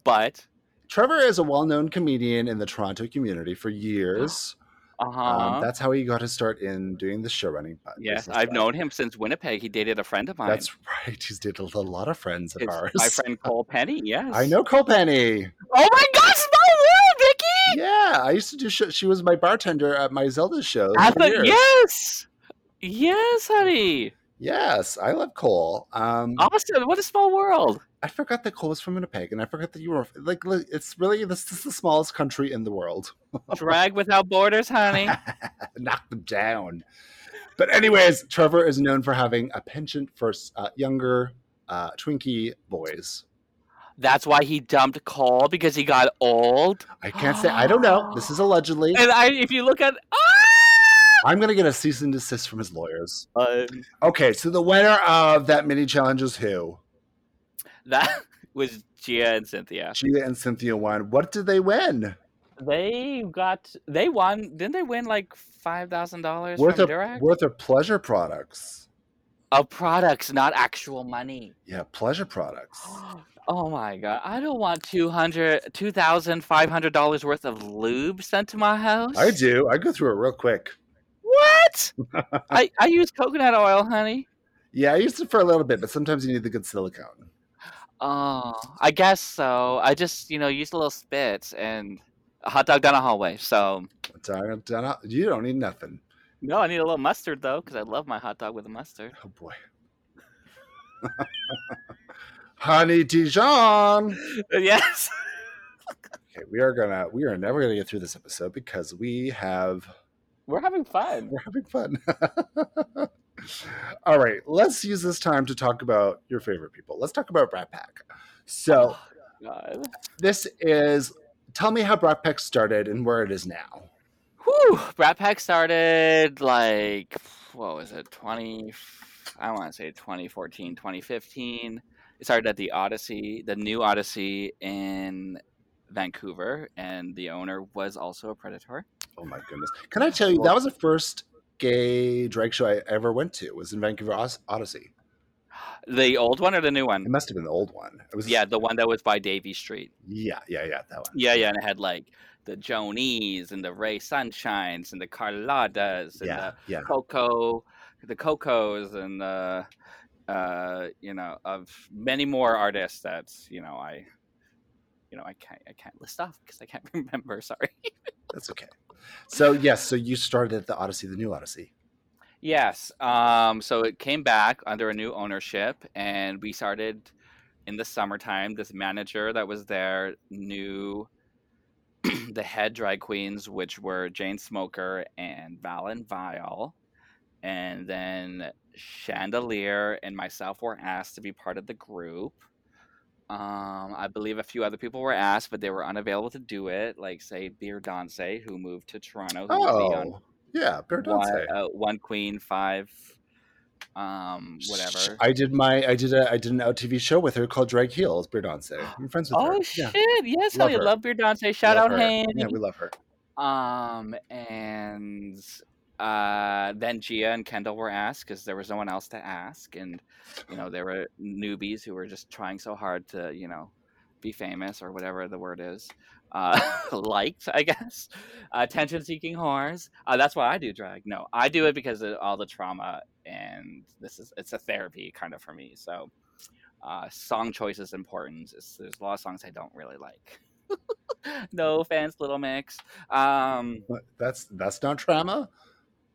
Speaker 2: But
Speaker 1: Trevor is a well-known comedian in the Toronto community for years.
Speaker 2: Uh huh.
Speaker 1: Um, that's how he got his start in doing the showrunning. bu-
Speaker 2: yes,
Speaker 1: business
Speaker 2: I've
Speaker 1: side.
Speaker 2: known him since Winnipeg. He dated a friend of mine.
Speaker 1: That's right. He's did a lot of friends of
Speaker 2: His-
Speaker 1: ours.
Speaker 2: my friend Cole Penny. Yes,
Speaker 1: I know Copenny.
Speaker 2: Oh my gosh, no way, Vicky!
Speaker 1: Yeah, I used to do. Sh- she was my bartender at my Zelda shows.
Speaker 2: I
Speaker 1: for
Speaker 2: thought-
Speaker 1: years.
Speaker 2: yes, yes, honey.
Speaker 1: Yes, I love Cole. Um,
Speaker 2: Awesome. What a small world.
Speaker 1: I forgot that Cole was from Winnipeg, and I forgot that you were like. look, It's really this, this is the smallest country in the world.
Speaker 2: Drag without borders, honey.
Speaker 1: Knock them down. But anyways, Trevor is known for having a penchant for uh, younger uh, Twinkie boys.
Speaker 2: That's why he dumped Cole because he got old.
Speaker 1: I can't say. I don't know. This is allegedly.
Speaker 2: And I, if you look at,
Speaker 1: I'm gonna get a cease and desist from his lawyers.
Speaker 2: Ah!
Speaker 1: Okay, so the winner of that mini challenge is who?
Speaker 2: that was Gia and Cynthia.
Speaker 1: Sheila and Cynthia won. What did they win?
Speaker 2: They got, they won. Didn't they win like five thousand dollars from
Speaker 1: Worth of
Speaker 2: Durac?
Speaker 1: worth of pleasure products.
Speaker 2: Of products, not actual money.
Speaker 1: Yeah, pleasure products.
Speaker 2: Oh my god! I don't want two hundred, two thousand five hundred dollars worth of lube sent to my house.
Speaker 1: I do. I go through it real quick.
Speaker 2: What? I I use coconut oil, honey.
Speaker 1: Yeah, I used it for a little bit, but sometimes you need the good silicone.
Speaker 2: Oh, I guess so. I just, you know, used a little spit and a hot dog down a hallway. So,
Speaker 1: Dun- dun- You don't need nothing.
Speaker 2: no, I need a little mustard though, because I love my hot dog with a mustard.
Speaker 1: Oh boy. Honey Dijon.
Speaker 2: yes.
Speaker 1: Okay, we are gonna we are never gonna get through this episode because we have
Speaker 2: We're having fun.
Speaker 1: we're having fun. All right, let's use this time to talk about your favorite people. Let's talk about Rat Pack. So
Speaker 2: Oh God.
Speaker 1: this is tell me how Rat Pack started and where it is now.
Speaker 2: Whew. Rat Pack started like, what was it, 20, I want to say 2014, 2015. It started at the Odyssey, the new Odyssey in Vancouver, and the owner was also a predator.
Speaker 1: Oh my goodness! Can I tell you that was the first gay drag show I ever went to? Was in Vancouver Os- Odyssey.
Speaker 2: The old one or the new
Speaker 1: It
Speaker 2: one?
Speaker 1: must have been the old one. It was
Speaker 2: Yeah, the one that was by Davy Street.
Speaker 1: yeah, yeah, yeah. That one.
Speaker 2: Yeah, yeah, and it had like the Jonies and the Ray Sunshines and the Carladas and uh,
Speaker 1: yeah, yeah.
Speaker 2: the Coco, the Cocos and the uh, you know of many more artists that you know I you know I can't I can't list off because I can't remember. Sorry.
Speaker 1: That's okay. So yes, so you started at the Odyssey, the new Odyssey.
Speaker 2: Yes. Um, so it came back under a new ownership, and we started in the summertime. This manager that was there knew the head drag queens, which were Jane Smoker and Valen Vial. And then Chandelier and myself were asked to be part of the group. Um, I believe a few other people were asked, but they were unavailable to do it, like, say, Beer Danse, who moved to Toronto, who will be on
Speaker 1: Oh, yeah, Bear
Speaker 2: one,
Speaker 1: Dante.
Speaker 2: uh, one queen, five, um, whatever.
Speaker 1: I did my I did a I did an OTV show with her called Drag Heels, Beer Dante. I'm friends with her.
Speaker 2: oh
Speaker 1: Yeah,
Speaker 2: shit! Yes,
Speaker 1: Love
Speaker 2: honey,
Speaker 1: her.
Speaker 2: love Beer Dante. Shout
Speaker 1: love
Speaker 2: out,
Speaker 1: her.
Speaker 2: Hank.
Speaker 1: Yeah, we love her.
Speaker 2: Um, and uh, then Gia and Kendall were asked because there was no one else to ask, and you know there were newbies who were just trying so hard to you know be famous or whatever the word is, uh, liked, I guess. Attention-seeking whores. Uh, that's why I do drag. No, I do it because of all the trauma, and this is it's a therapy kind of for me. So. Uh, song choice is important. It's, there's a lot of songs I don't really like. no offense, Little Mix. Um,
Speaker 1: What? That's that's not trauma.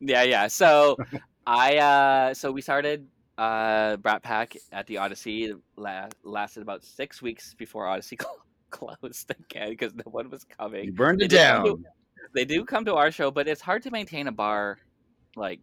Speaker 2: yeah, yeah. So I uh so we started uh Brat Pack at the Odyssey. It La- lasted about six weeks before Odyssey cl- closed again because no one was
Speaker 1: You
Speaker 2: coming.
Speaker 1: burned it
Speaker 2: They didn't
Speaker 1: down.
Speaker 2: They do come to our show, but it's hard to maintain a bar like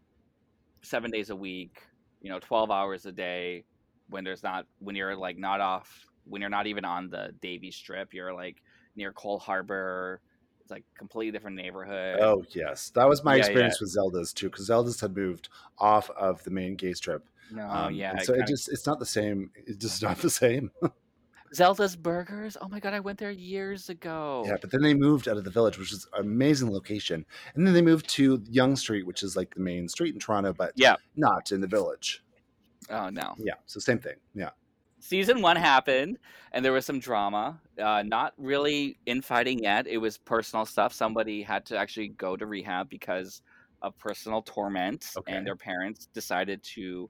Speaker 2: seven days a week. You know, twelve hours a day when there's not when you're like not off when you're not even on the Davy Strip. You're like near Cole Harbor. It's like completely different neighborhood.
Speaker 1: Oh yes, that was my
Speaker 2: Yeah,
Speaker 1: experience with Zelda's too, because Zelda's had moved off of the main gay strip.
Speaker 2: no,
Speaker 1: Um,
Speaker 2: Oh, yeah.
Speaker 1: and
Speaker 2: it
Speaker 1: so it
Speaker 2: kinda
Speaker 1: just it's not the same. It's just not the same.
Speaker 2: Zelda's Burgers. Oh my god, I went there years ago.
Speaker 1: Yeah, but then they moved out of the village, which is an amazing location, and then they moved to Young Street, which is like the main street in Toronto, but
Speaker 2: Yeah.
Speaker 1: not in the village.
Speaker 2: Oh no.
Speaker 1: Yeah, so same thing. Yeah,
Speaker 2: season one happened, and there was some drama. Uh, not really infighting yet. It was personal stuff. Somebody had to actually go to rehab because of personal torment,
Speaker 1: Okay.
Speaker 2: and their parents decided to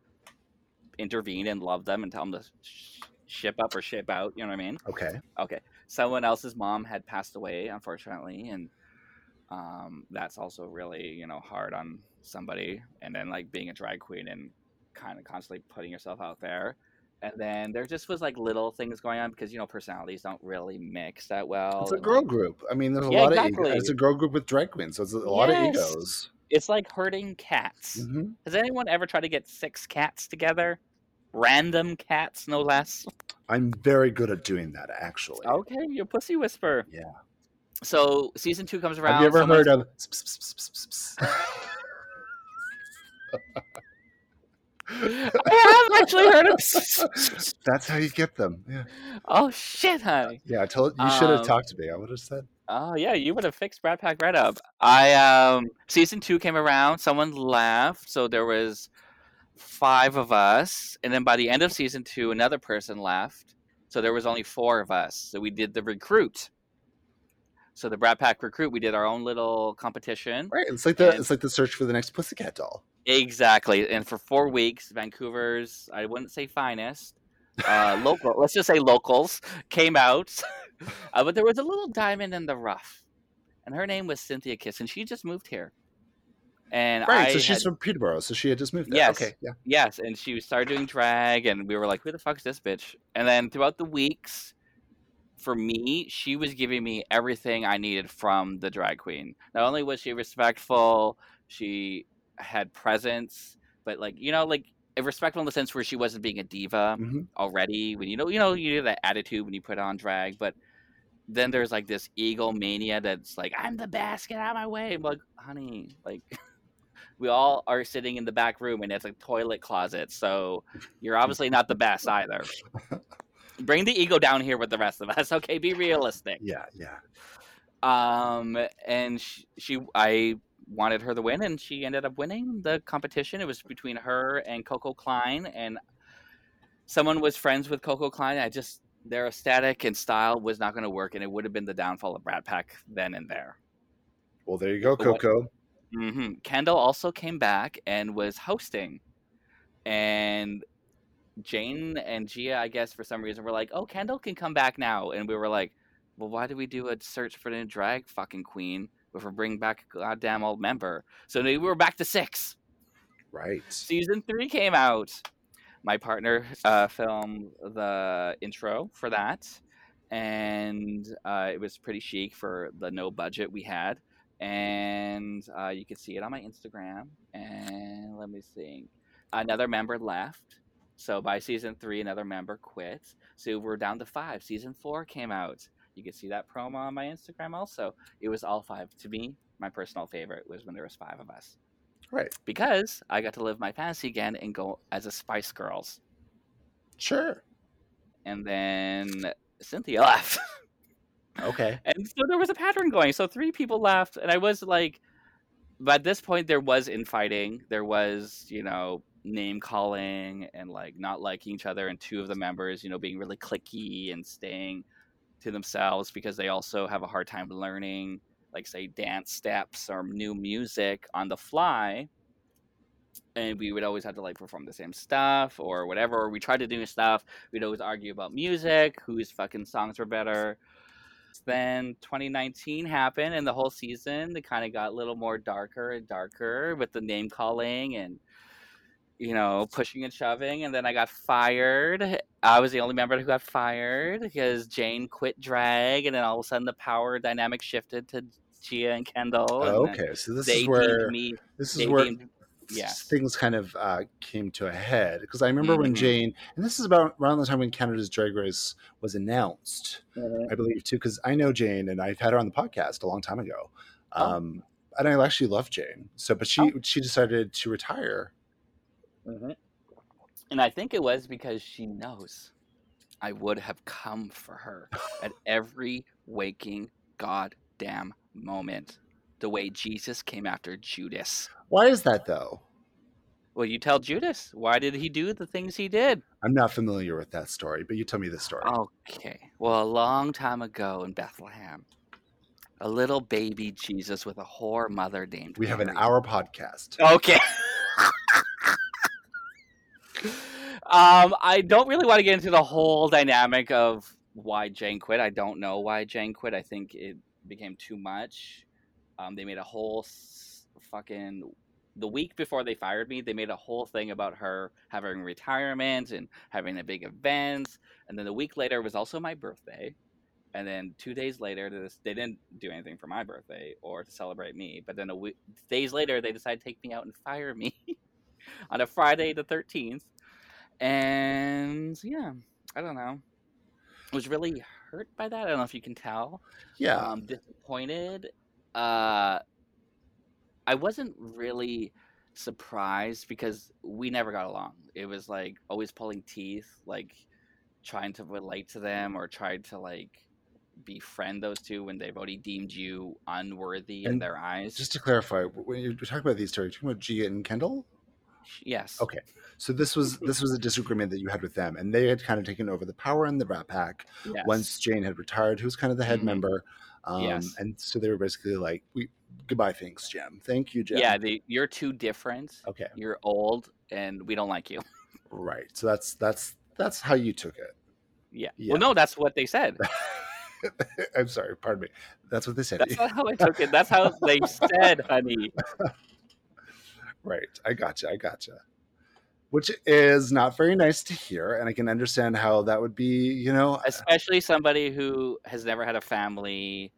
Speaker 2: intervene and love them and tell them to sh- ship up or ship out. You know what I mean?
Speaker 1: Okay.
Speaker 2: Okay. Someone else's mom had passed away, unfortunately, and um, that's also really you know hard on somebody. And then like being a drag queen and kind of constantly putting yourself out there. And then there just was like little things going on because you know personalities don't really mix that well.
Speaker 1: It's a
Speaker 2: and,
Speaker 1: girl
Speaker 2: like,
Speaker 1: group. I mean, there's a
Speaker 2: Yeah,
Speaker 1: lot of
Speaker 2: exactly.
Speaker 1: ego. It's a girl group with drag queens, so it's a lot
Speaker 2: Yes.
Speaker 1: of egos.
Speaker 2: It's like herding cats.
Speaker 1: hmm
Speaker 2: Has anyone ever tried to get six cats together? Random cats, no less.
Speaker 1: I'm very good at doing that, actually.
Speaker 2: Okay, you're a pussy whisperer.
Speaker 1: Yeah.
Speaker 2: So season two comes around.
Speaker 1: Have you ever
Speaker 2: someone's-
Speaker 1: heard of? s- s- s- s- s- s-
Speaker 2: I have actually heard of.
Speaker 1: That's how you get them. Yeah,
Speaker 2: Oh shit, honey.
Speaker 1: yeah. I told you should have
Speaker 2: Um,
Speaker 1: talked to me. I would have said.
Speaker 2: Oh yeah, you would have fixed Brad Pack right up. I um season two came around, someone left, so there was five of us, and then by the end of season two, another person left, so there was only four of us. So we did the recruit. So the Brad Pack recruit, we did our own little competition.
Speaker 1: Right. It's like the
Speaker 2: and-
Speaker 1: it's like the search for the next pussycat doll.
Speaker 2: Exactly, and for four weeks, Vancouver's I wouldn't say finest, uh, local. Let's just say locals came out, uh, but there was a little diamond in the rough, and her name was Cynthia Kiss, and she just moved here, and
Speaker 1: Right.
Speaker 2: I
Speaker 1: so she's
Speaker 2: had-
Speaker 1: from Peterborough. So she had just moved there.
Speaker 2: Yes.
Speaker 1: Okay. Yeah.
Speaker 2: yes, and she started doing drag, and we were like, who the fuck's this bitch? And then throughout the weeks, for me, she was giving me everything I needed from the drag queen. Not only was she respectful, she had presence, but like you know, like respectful in the sense where she wasn't being a diva
Speaker 1: Mhm.
Speaker 2: already. When you know, you know, you have that attitude when you put on drag, but then there's like this ego mania that's like, I'm the best, get out of my way. I'm like, honey, like we all are sitting in the back room and it's a toilet closet, so you're obviously not the best either. Bring the ego down here with the rest of us, okay? Be realistic.
Speaker 1: Yeah. Yeah.
Speaker 2: Um, and she, she, I wanted her to win, and she ended up winning the competition. It was between her and Coco Klein, and someone was friends with Coco Klein. I just their aesthetic and style was not going to work, and it would have been the downfall of Brad Pack then and there.
Speaker 1: Well, there you go,
Speaker 2: But what-
Speaker 1: Coco.
Speaker 2: hmm Kendall also came back and was hosting, and Jane and Gia, I guess for some reason, were like, "Oh, Kendall can come back now," and we were like, "Well, why did we do a search for the new drag fucking queen if we're bringing back a goddamn old member?" So we were back to six.
Speaker 1: Right.
Speaker 2: Season three came out. My partner uh, filmed the intro for that, and uh, it was pretty chic for the no budget we had. And uh, you can see it on my Instagram. And let me see. Another member left. So by season three, another member quit. So we're down to five. Season four came out. You can see that promo on my Instagram also. It was all five. To me, my personal favorite was when there was five of us
Speaker 1: Right.
Speaker 2: because I got to live my fantasy again and go as a Spice Girls.
Speaker 1: Sure.
Speaker 2: And then Cynthia left.
Speaker 1: Okay.
Speaker 2: and so there was a pattern going. So three people left, and I was like, but at this point, there was infighting. There was, you know, name calling and like not liking each other, and two of the members, you know, being really clicky and staying to themselves because they also have a hard time learning, like, say, dance steps or new music on the fly. And we would always have to like perform the same stuff or whatever. Or we tried to do stuff. We'd always argue about music, whose fucking songs were better then 2019 happened and the whole season it kind of got a little more darker and darker with the name calling and you know pushing and shoving and then i got fired i was the only member who got fired because jane quit drag and then all of a sudden the power dynamic shifted to gia and kendall and then
Speaker 1: okay. So this
Speaker 2: they
Speaker 1: is where
Speaker 2: deemed me
Speaker 1: this
Speaker 2: they
Speaker 1: is where
Speaker 2: deemed- yeah.
Speaker 1: things kind of uh, came to a head because I remember when
Speaker 2: Mhm.
Speaker 1: Jane, and this is about around the time when Canada's Drag Race was announced, I believe too, because I know Jane and I've had her on the podcast a long time ago,
Speaker 2: Oh.
Speaker 1: um, and I actually love Jane. So, but she
Speaker 2: Oh.
Speaker 1: she decided to retire. Mm-hmm.
Speaker 2: Mhm. And I think it was because she knows I would have come for her at every waking goddamn moment. The way Jesus came after Judas.
Speaker 1: Why is that though?
Speaker 2: Well, you tell Judas. Why did he do the things he did?
Speaker 1: I'm not familiar with that story, but you tell me the story.
Speaker 2: Oh, Okay. Well, a long time ago in Bethlehem, a little baby Jesus with a whore mother named.
Speaker 1: we have an
Speaker 2: Mary.
Speaker 1: hour podcast.
Speaker 2: Okay. um, I don't really want to get into the whole dynamic of why Jane quit. I don't know why Jane quit. I think it became too much. Um, they made a whole s- fucking the week before they fired me, they made a whole thing about her having retirement and having a big event. And then the week later was also my birthday. And then two days later, they just- they didn't do anything for my birthday or to celebrate me. But then a week, days later, they decided to take me out and fire me on a Friday the 13th. And yeah, I don't know. I was really hurt by that. I don't know if you can tell
Speaker 1: Yeah.
Speaker 2: um, disappointed. Uh, I wasn't really surprised because we never got along. It was like always pulling teeth, like trying to relate to them or tried to like befriend those two when they've already deemed you unworthy in
Speaker 1: And
Speaker 2: their eyes.
Speaker 1: Just to clarify, when you're talking about these two, are you talking about Gia and Kendall?
Speaker 2: yes.
Speaker 1: Okay. So this was
Speaker 2: Mm-hmm.
Speaker 1: this was a disagreement that you had with them, and they had kind of taken over the power in the Rat Pack
Speaker 2: Yes.
Speaker 1: once Jane had retired, who was kind of the head
Speaker 2: Mhm.
Speaker 1: member. Um,
Speaker 2: Yes.
Speaker 1: And so they were basically like, "We goodbye, thanks, Jim. Thank you, Jim.
Speaker 2: yeah, they, you're too different.
Speaker 1: Okay.
Speaker 2: You're old, and we don't like you.
Speaker 1: Right. So that's that's that's how you took it.
Speaker 2: Yeah.
Speaker 1: Yeah.
Speaker 2: Well, no, that's what they said.
Speaker 1: I'm sorry. Pardon me. That's what they said.
Speaker 2: That's not how I took it. That's how they said, honey.
Speaker 1: Right. I gotcha. I gotcha. Which is not very nice to hear, and I can understand how that would be. You know,
Speaker 2: especially somebody who has never had a family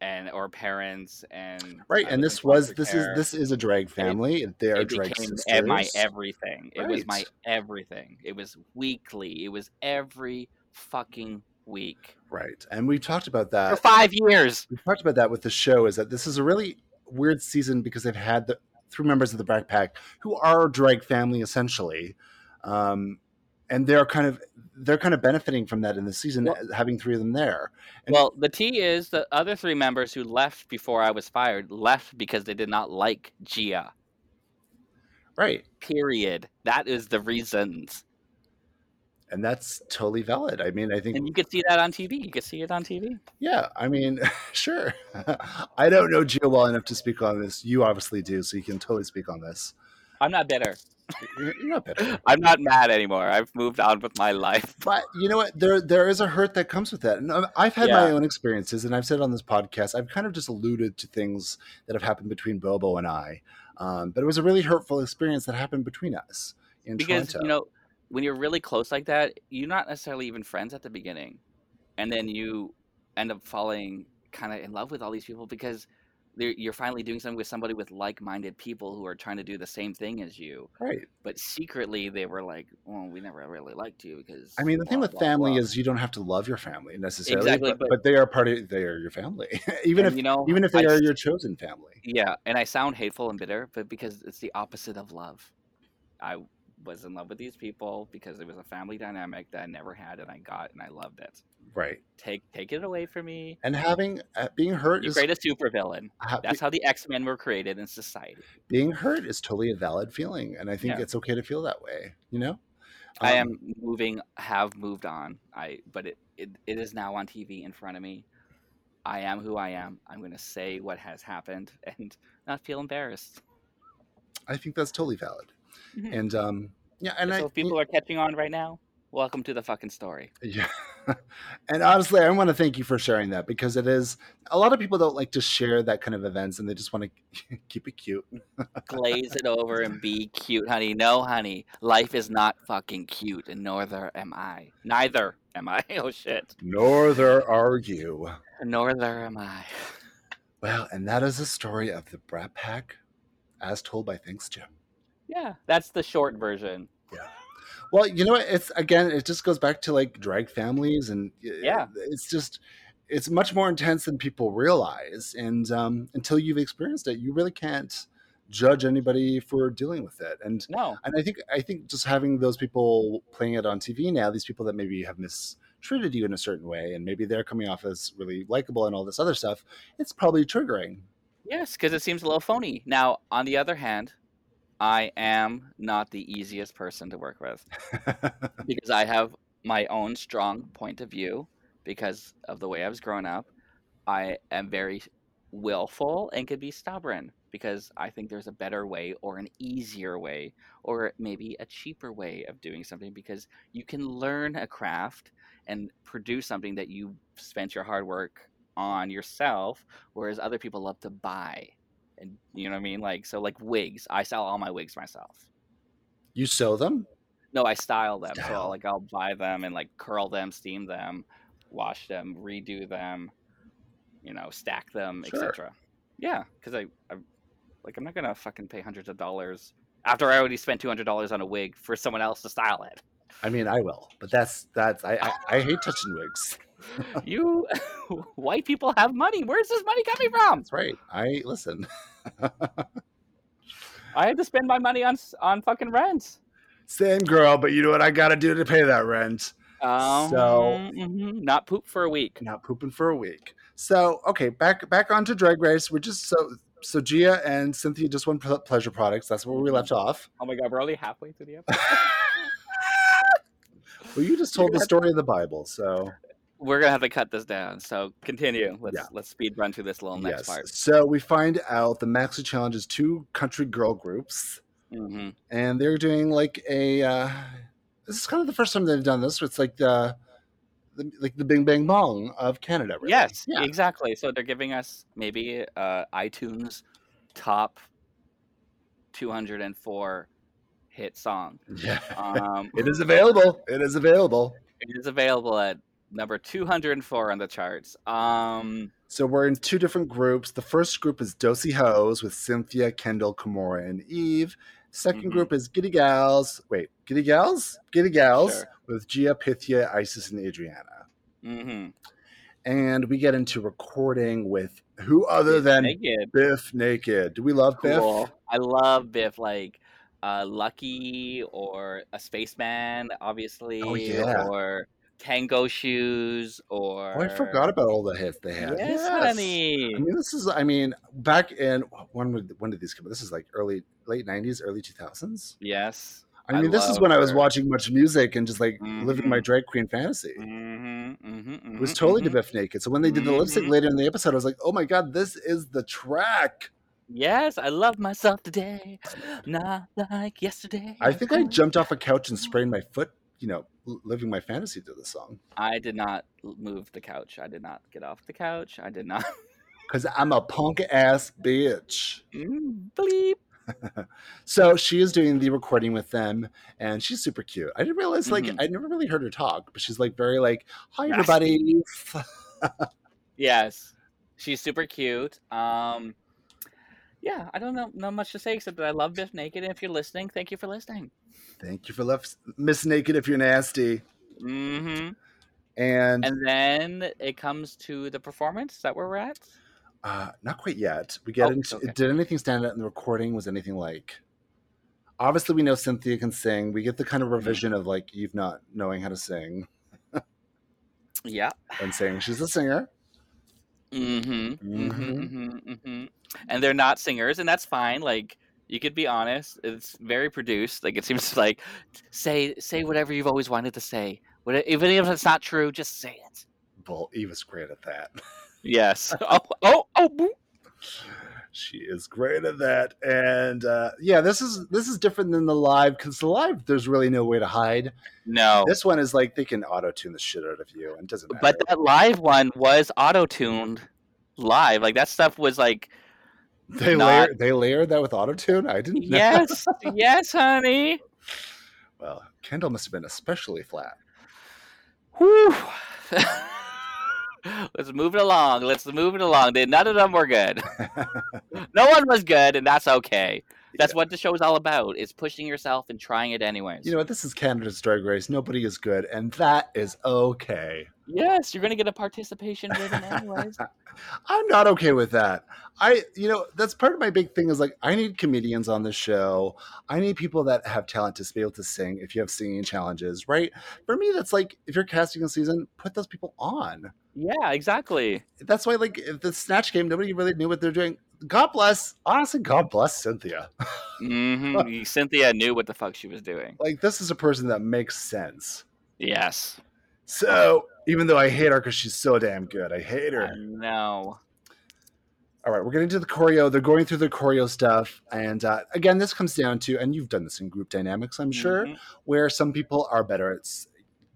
Speaker 2: and or parents and
Speaker 1: right
Speaker 2: I
Speaker 1: and
Speaker 2: lived
Speaker 1: this
Speaker 2: in
Speaker 1: was
Speaker 2: foster
Speaker 1: this
Speaker 2: care.
Speaker 1: is this is a drag family they are
Speaker 2: it
Speaker 1: drag
Speaker 2: became e- my
Speaker 1: sisters.
Speaker 2: everything it was my
Speaker 1: Right.
Speaker 2: everything it was weekly it was every fucking week
Speaker 1: right and we talked about
Speaker 2: for
Speaker 1: that
Speaker 2: five years
Speaker 1: we talked about that with the show is that this is a really weird season because they've had the three members of the Brat Pack who are a drag family essentially um and they're kind of they're kind of benefiting from that in the season uh,
Speaker 2: Well-
Speaker 1: having three of them there And-
Speaker 2: well the tea is the other three members who left before i was fired left because they did not like gia
Speaker 1: right
Speaker 2: period that is the reasons
Speaker 1: and that's totally valid i mean i think
Speaker 2: and you could see that on tv you could see it on tv
Speaker 1: Yeah, I mean, sure. I don't know Gio well enough to speak on this. You obviously do, so you can totally speak on this.
Speaker 2: i'm not bitter
Speaker 1: You're you're not bitter.
Speaker 2: I'm not mad anymore. I've moved on with my life.
Speaker 1: But you know what? There, there is a hurt that comes with that, and I- I've had my
Speaker 2: Yeah.
Speaker 1: own experiences, and I've said on this podcast, I've kind of just alluded to things that have happened between Bobo and I. Um, but it was a really hurtful experience that happened between us in
Speaker 2: Because,
Speaker 1: Toronto.
Speaker 2: you know, when you're really close like that, you're not necessarily even friends at the beginning. And then you end up falling kind of in love with all these people because they're- you're finally doing something with somebody with like minded people who are trying to do the same thing as you.
Speaker 1: right?
Speaker 2: But secretly, they were like, well, we never really liked you because.
Speaker 1: I mean, the thing
Speaker 2: blah,
Speaker 1: with
Speaker 2: blah,
Speaker 1: family
Speaker 2: blah."
Speaker 1: is you don't have to love your family necessarily,
Speaker 2: Exactly,
Speaker 1: but,
Speaker 2: but-
Speaker 1: but they are part of they are your family, even
Speaker 2: And,
Speaker 1: if
Speaker 2: you know,
Speaker 1: even if they
Speaker 2: I
Speaker 1: are
Speaker 2: s-
Speaker 1: your chosen family.
Speaker 2: Yeah, and I sound hateful and bitter, but because it's the opposite of love. I was in love with these people because it was a family dynamic that I never had and I got and I loved it.
Speaker 1: Right.
Speaker 2: Take take it away from me.
Speaker 1: and having uh, being hurt
Speaker 2: You
Speaker 1: is
Speaker 2: create a supervillain.
Speaker 1: ha-
Speaker 2: That's how the X Men were created in society.
Speaker 1: being hurt is totally a valid feeling, and I think
Speaker 2: Yeah.
Speaker 1: it's okay to feel that way. You know,
Speaker 2: I
Speaker 1: Um,
Speaker 2: am moving, have moved on. I but it, it it is now on TV in front of me. I am who I am. I'm gonna say what has happened and not feel embarrassed.
Speaker 1: I think that's totally valid,
Speaker 2: Mhm.
Speaker 1: and um, yeah, and I
Speaker 2: so if people are catching on right now, welcome to the fucking story.
Speaker 1: yeah. And honestly, I want to thank you for sharing that because it is a lot of people don't like to share that kind of events and they just want to keep it cute.
Speaker 2: glaze it over and be cute, honey. No, honey, life is not fucking cute, and neither am I. Neither am I. Oh shit.
Speaker 1: Norther are you.
Speaker 2: Neither am I.
Speaker 1: Well, and that is the story of the Brat Pack as told by Thanks Jim.
Speaker 2: Yeah, that's the short version.
Speaker 1: Well, you know what? It's again, it just goes back to like drag families, and uh,
Speaker 2: Yeah.
Speaker 1: it's just it's much more intense than people realize, and um, until you've experienced it, you really can't judge anybody for dealing with it. And
Speaker 2: No,
Speaker 1: and I think I think just having those people playing it on TV now, these people that maybe have mistreated you in a certain way, and maybe they're coming off as really likable and all this other stuff, it's probably triggering.
Speaker 2: yes, because it seems a little phony. Now, on the other hand, I am not the easiest person to work with because I have my own strong point of view because of the way I was grown up. I am very willful and can be stubborn because I think there's a better way or an easier way or maybe a cheaper way of doing something because you can learn a craft and produce something that you spent your hard work on yourself whereas other people love to buy and you know what I mean like so like wigs I sell all my wigs myself
Speaker 1: you sew them?
Speaker 2: no, I style them. So
Speaker 1: Style.
Speaker 2: I'll, like I'll buy them and like curl them, steam them, wash them, redo them, you know, stack them,
Speaker 1: Sure.
Speaker 2: etc. Yeah, because I, I, like, I'm not gonna fucking pay hundreds of dollars after I already spent two hundred dollars on a wig for someone else to style it.
Speaker 1: I mean, I will, but that's that's I I, I hate touching wigs.
Speaker 2: you white people have money. Where's this money coming from?
Speaker 1: That's right. I listen.
Speaker 2: I had to spend my money on s- on fucking rent.
Speaker 1: Same girl, but you know what I got to do to pay that rent?
Speaker 2: Um,
Speaker 1: So-
Speaker 2: mhm, not poop for a week.
Speaker 1: Not pooping for a week. So okay, back back onto Drag Race. We're just so so Gia and Cynthia just won ple- pleasure products. That's where we left off.
Speaker 2: Oh my god, we're only halfway through the episode.
Speaker 1: Well, you just told the story of the Bible, so
Speaker 2: we're gonna have to cut this down. So continue. Let's
Speaker 1: Yeah.
Speaker 2: let's speed run through this little next
Speaker 1: yes.
Speaker 2: part.
Speaker 1: So we find out the Maxi Challenge is two country girl groups,
Speaker 2: hmm
Speaker 1: and they're doing like a. Uh, this is kind of the first time they've done this. It's like the, the like the Bing Bang Bong of Canada. Really.
Speaker 2: Yes,
Speaker 1: Yeah.
Speaker 2: exactly. So they're giving us maybe uh, iTunes top 204 hit song.
Speaker 1: Yeah.
Speaker 2: Um,
Speaker 1: It is available. It is available.
Speaker 2: it is available at number 204 on the charts. Um,
Speaker 1: So we're in two different groups. The first group is Dosey Hoes with Cynthia, Kendall, Kimora, and Eve. 2nd
Speaker 2: Mhm.
Speaker 1: group is Giddy Gals. Wait, Giddy Gals? Giddy Gals
Speaker 2: Sure.
Speaker 1: with Gia, Pythia, Isis, and Adriana.
Speaker 2: mhm.
Speaker 1: And we get into recording with who other than
Speaker 2: Naked.
Speaker 1: Biff Naked. Do we love
Speaker 2: Cool.
Speaker 1: Biff?
Speaker 2: I love Biff. Like uh, Lucky or a Spaceman, obviously,
Speaker 1: Oh, yeah.
Speaker 2: or Tango Shoes, or
Speaker 1: Oh, I forgot about all the hits they had.
Speaker 2: Yes, honey.
Speaker 1: I mean, this is. I mean, back in when would when did these come? out? This is like early, late '90s, early 2000s.
Speaker 2: Yes.
Speaker 1: I
Speaker 2: I
Speaker 1: mean, this is
Speaker 2: love
Speaker 1: when I was
Speaker 2: her.
Speaker 1: watching much music and just like living my
Speaker 2: Mhm.
Speaker 1: drag queen fantasy.
Speaker 2: Mm-hmm, mm-hmm,
Speaker 1: It was totally to
Speaker 2: different.
Speaker 1: Biff Naked. So when they did the lip sync
Speaker 2: Mhm.
Speaker 1: later in the episode, I was like, oh my God, this is the track.
Speaker 2: Yes, I love myself today, not like yesterday.
Speaker 1: I think I jumped off a couch and sprained my foot, you know, l- living my fantasy to this song.
Speaker 2: I did not l- move the couch. I did not get off the couch. I did not.
Speaker 1: Because I'm a punk ass bitch.
Speaker 2: Mm, Bleep.
Speaker 1: So she is doing the recording with them and she's super cute. I didn't realize, like,
Speaker 2: Mhm.
Speaker 1: I never really heard her talk, but she's like very, like, hi,
Speaker 2: Raspy.
Speaker 1: everybody.
Speaker 2: Yes, she's super cute. Um, yeah, I don't know, not much to say except that I love Biff Naked. And if you're listening, thank you for listening.
Speaker 1: Thank you for left, Miss Naked, if you're nasty.
Speaker 2: hmm
Speaker 1: And,
Speaker 2: And then it comes to the performance. Is that where we're at?
Speaker 1: Uh, not quite yet. We get
Speaker 2: Oh,
Speaker 1: into.
Speaker 2: okay.
Speaker 1: Did anything stand out in the recording? Was anything like? Obviously, we know Cynthia can sing. We get the
Speaker 2: Mm-hmm.
Speaker 1: kind of revision of like Eve not knowing how to sing
Speaker 2: Yeah.
Speaker 1: and saying she's a singer.
Speaker 2: Mm-hmm.
Speaker 1: Mhm.
Speaker 2: Mm-hmm. Mm-hmm. And they're not singers, and that's fine. Like you could be honest. It's very produced. Like it seems like say say whatever you've always wanted to say. What, even if it's not true, just say it.
Speaker 1: Well, Eve is great at that.
Speaker 2: Yes. oh, oh, oh. boo.
Speaker 1: She is great at that. And uh, yeah, this is this is different than the live because the live there's really no way to hide.
Speaker 2: No.
Speaker 1: This one is like they can auto tune the shit out of you and it doesn't matter.
Speaker 2: Oh. But that live one was auto tuned live. Like that stuff was like
Speaker 1: they
Speaker 2: not-
Speaker 1: layer they layered that with auto tune. I didn't. know.
Speaker 2: yes, yes, honey.
Speaker 1: Well, Kendall must have been especially flat.
Speaker 2: Whew. Let's move it along. Let's move it along. They- None of them were good. no one was good, and that's okay. That's what the show's all about: is pushing yourself and trying it anyways.
Speaker 1: You know what? This is Canada's Drag Race. Nobody is good, and that is okay.
Speaker 2: yes, you're gonna get a participation ribbon anyways.
Speaker 1: I'm not okay with that. I, you know, that's part of my big thing is like, I need comedians on the show. I need people that have talent to be able to sing if you have singing challenges, right? For me, that's like, if you're casting a season, put those people on.
Speaker 2: yeah, exactly.
Speaker 1: That's why, like, if the Snatch game, nobody really knew what they're doing. God bless, honestly, God bless Cynthia.
Speaker 2: hmm Cynthia knew what the fuck she was doing.
Speaker 1: Like, this is a person that makes sense.
Speaker 2: Yes.
Speaker 1: So, even though I hate her because she's so damn good, I hate her.
Speaker 2: I know.
Speaker 1: All right, we're getting to the choreo. They're going through the choreo stuff. And uh, again, this comes down to, and you've done this in group dynamics, I'm sure,
Speaker 2: Mhm,
Speaker 1: where some people are better at s-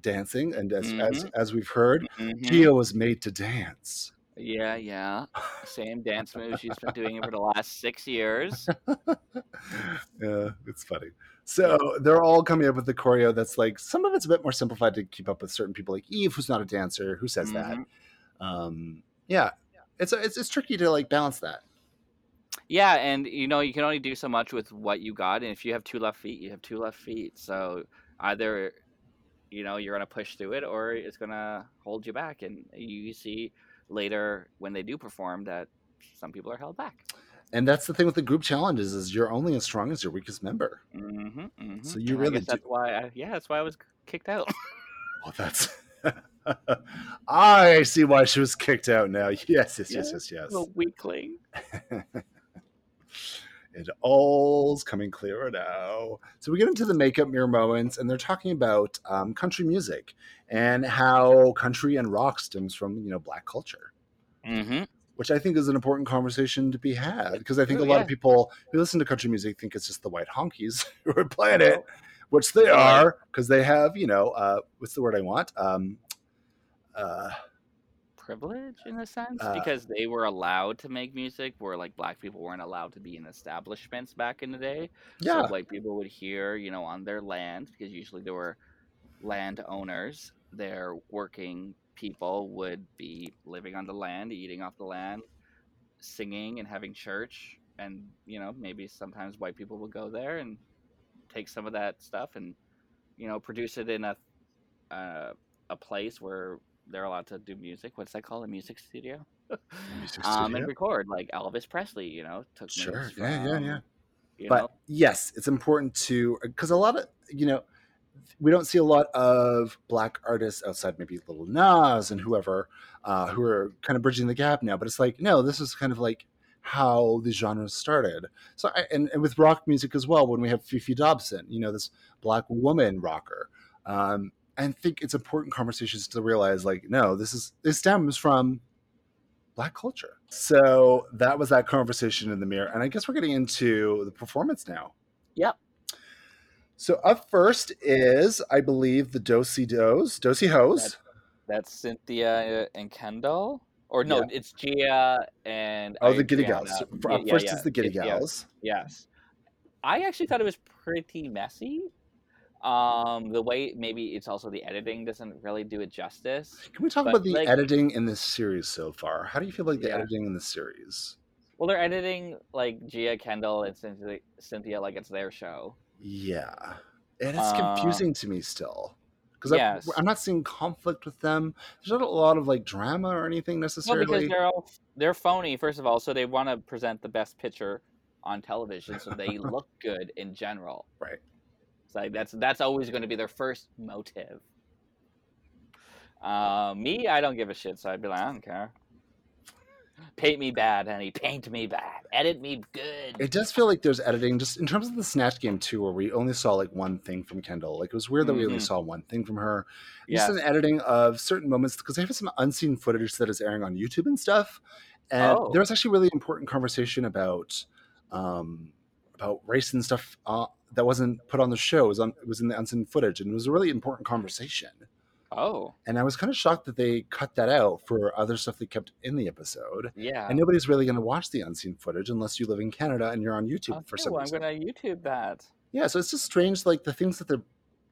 Speaker 1: dancing. And as, as, as we've heard,
Speaker 2: mhm.
Speaker 1: Gio was made to dance.
Speaker 2: Yeah, yeah. Same dance move she's been doing for the last six years.
Speaker 1: yeah, it's funny. So they're all coming up with the choreo that's like, some of it's a bit more simplified to keep up with certain people, like Eve, who's not a dancer, who says that.
Speaker 2: Mhm.
Speaker 1: Um, yeah, it's, it's, it's tricky to like balance that.
Speaker 2: Yeah, and you know you can only do so much with what you got, and if you have two left feet, you have two left feet. So either you know you're gonna push through it, or it's gonna hold you back. And you see later when they do perform that some people are held back.
Speaker 1: And that's the thing with the group challenges is you're only as strong as your weakest member.
Speaker 2: Mm-hmm, mm-hmm.
Speaker 1: So you
Speaker 2: and I
Speaker 1: really
Speaker 2: guess
Speaker 1: do-
Speaker 2: that's why. I, yeah, that's why I was kicked out.
Speaker 1: Well, that's. I see why she was kicked out now. Yes, yes, yes, yes, yes.
Speaker 2: The weakling.
Speaker 1: It all's coming clearer now. So we get into the makeup mirror moments, and they're talking about um, country music and how country and rock stems from you know black culture,
Speaker 2: Mm-hmm.
Speaker 1: which I think is an important conversation to be had because I think
Speaker 2: True,
Speaker 1: a lot
Speaker 2: yeah.
Speaker 1: of people who listen to country music think it's just the white honkies who are playing it. which they are because they have you know uh, what's the word I want um, uh,
Speaker 2: privilege in a sense
Speaker 1: Uh,
Speaker 2: because they were allowed to make music where like black people weren't allowed to be in establishments back in the day
Speaker 1: yeah
Speaker 2: so white people would hear you know on their land because usually there were land owners their working people would be living on the land eating off the land singing and having church and you know maybe sometimes white people would go there and take some of that stuff and you know produce it in a uh, a place where they're allowed to do music what's that called a music studio
Speaker 1: Music
Speaker 2: um
Speaker 1: studio.
Speaker 2: and record like elvis presley you know took
Speaker 1: Sure,
Speaker 2: notes
Speaker 1: yeah, yeah, yeah.
Speaker 2: from, you
Speaker 1: but
Speaker 2: know
Speaker 1: yes it's important to because a lot of you know we don't see a lot of black artists outside maybe little nas and whoever uh, who are kind of bridging the gap now but it's like no this is kind of like how the genre started so I, and, and with rock music as well when we have fifi dobson you know this black woman rocker um, and think it's important conversations to realize like no this is this stems from black culture. So that was that conversation in the mirror. And I guess we're getting into the performance now.
Speaker 2: Yep.
Speaker 1: So up first is, I believe, the Dosey Dos, Dosey Hoes.
Speaker 2: that's cynthia and kendall or no
Speaker 1: Yeah.
Speaker 2: it's gia and
Speaker 1: Oh, the Giddy Gals.
Speaker 2: Adriana.
Speaker 1: For- Up
Speaker 2: Yeah,
Speaker 1: first
Speaker 2: yeah,
Speaker 1: is the Giddy
Speaker 2: yeah,
Speaker 1: Gals.
Speaker 2: yes i actually thought it was pretty messy um the way maybe it's also the editing doesn't really do it justice
Speaker 1: Can we talk
Speaker 2: But,
Speaker 1: about the
Speaker 2: like-
Speaker 1: editing in this series so far? How do you feel like the
Speaker 2: Yeah.
Speaker 1: editing in the series?
Speaker 2: well they're editing like gia kendall and cynthia, cynthia like it's their show
Speaker 1: Yeah. And it's
Speaker 2: Uh,
Speaker 1: confusing to me still. Because
Speaker 2: yes.
Speaker 1: I'm not seeing conflict with them. There's not a lot of like drama or anything
Speaker 2: Well,
Speaker 1: necessarily.
Speaker 2: because they're all they're phony, first of all, so they want to present the best picture on television, so they look good in general.
Speaker 1: Right.
Speaker 2: It's like that's that's always going to be their first motive. Uh, me, I don't give a shit, so I'd be like, I don't care. Paint me bad, honey. Paint me bad. Edit me good.
Speaker 1: It does feel like there's editing just in terms of the Snatch game too, where we only saw like one thing from Kendall. Like it was weird that we only
Speaker 2: Mhm.
Speaker 1: saw one thing from her.
Speaker 2: yes.
Speaker 1: Just an editing of certain moments because they have some unseen footage that is airing on YouTube and stuff. And
Speaker 2: Oh.
Speaker 1: there was actually really important conversation about um, about race and stuff uh, that wasn't put on the show. It was on it was in the unseen footage, and it was a really important conversation.
Speaker 2: Oh,
Speaker 1: And I was kind of shocked that they cut that out for other stuff they kept in the episode.
Speaker 2: yeah.
Speaker 1: And nobody's really going to watch the unseen footage unless you live in Canada and you're on YouTube
Speaker 2: Oh,
Speaker 1: for
Speaker 2: true,
Speaker 1: some
Speaker 2: I'm
Speaker 1: reason.
Speaker 2: gonna YouTube that.
Speaker 1: Yeah, so it's just strange, like the things that they're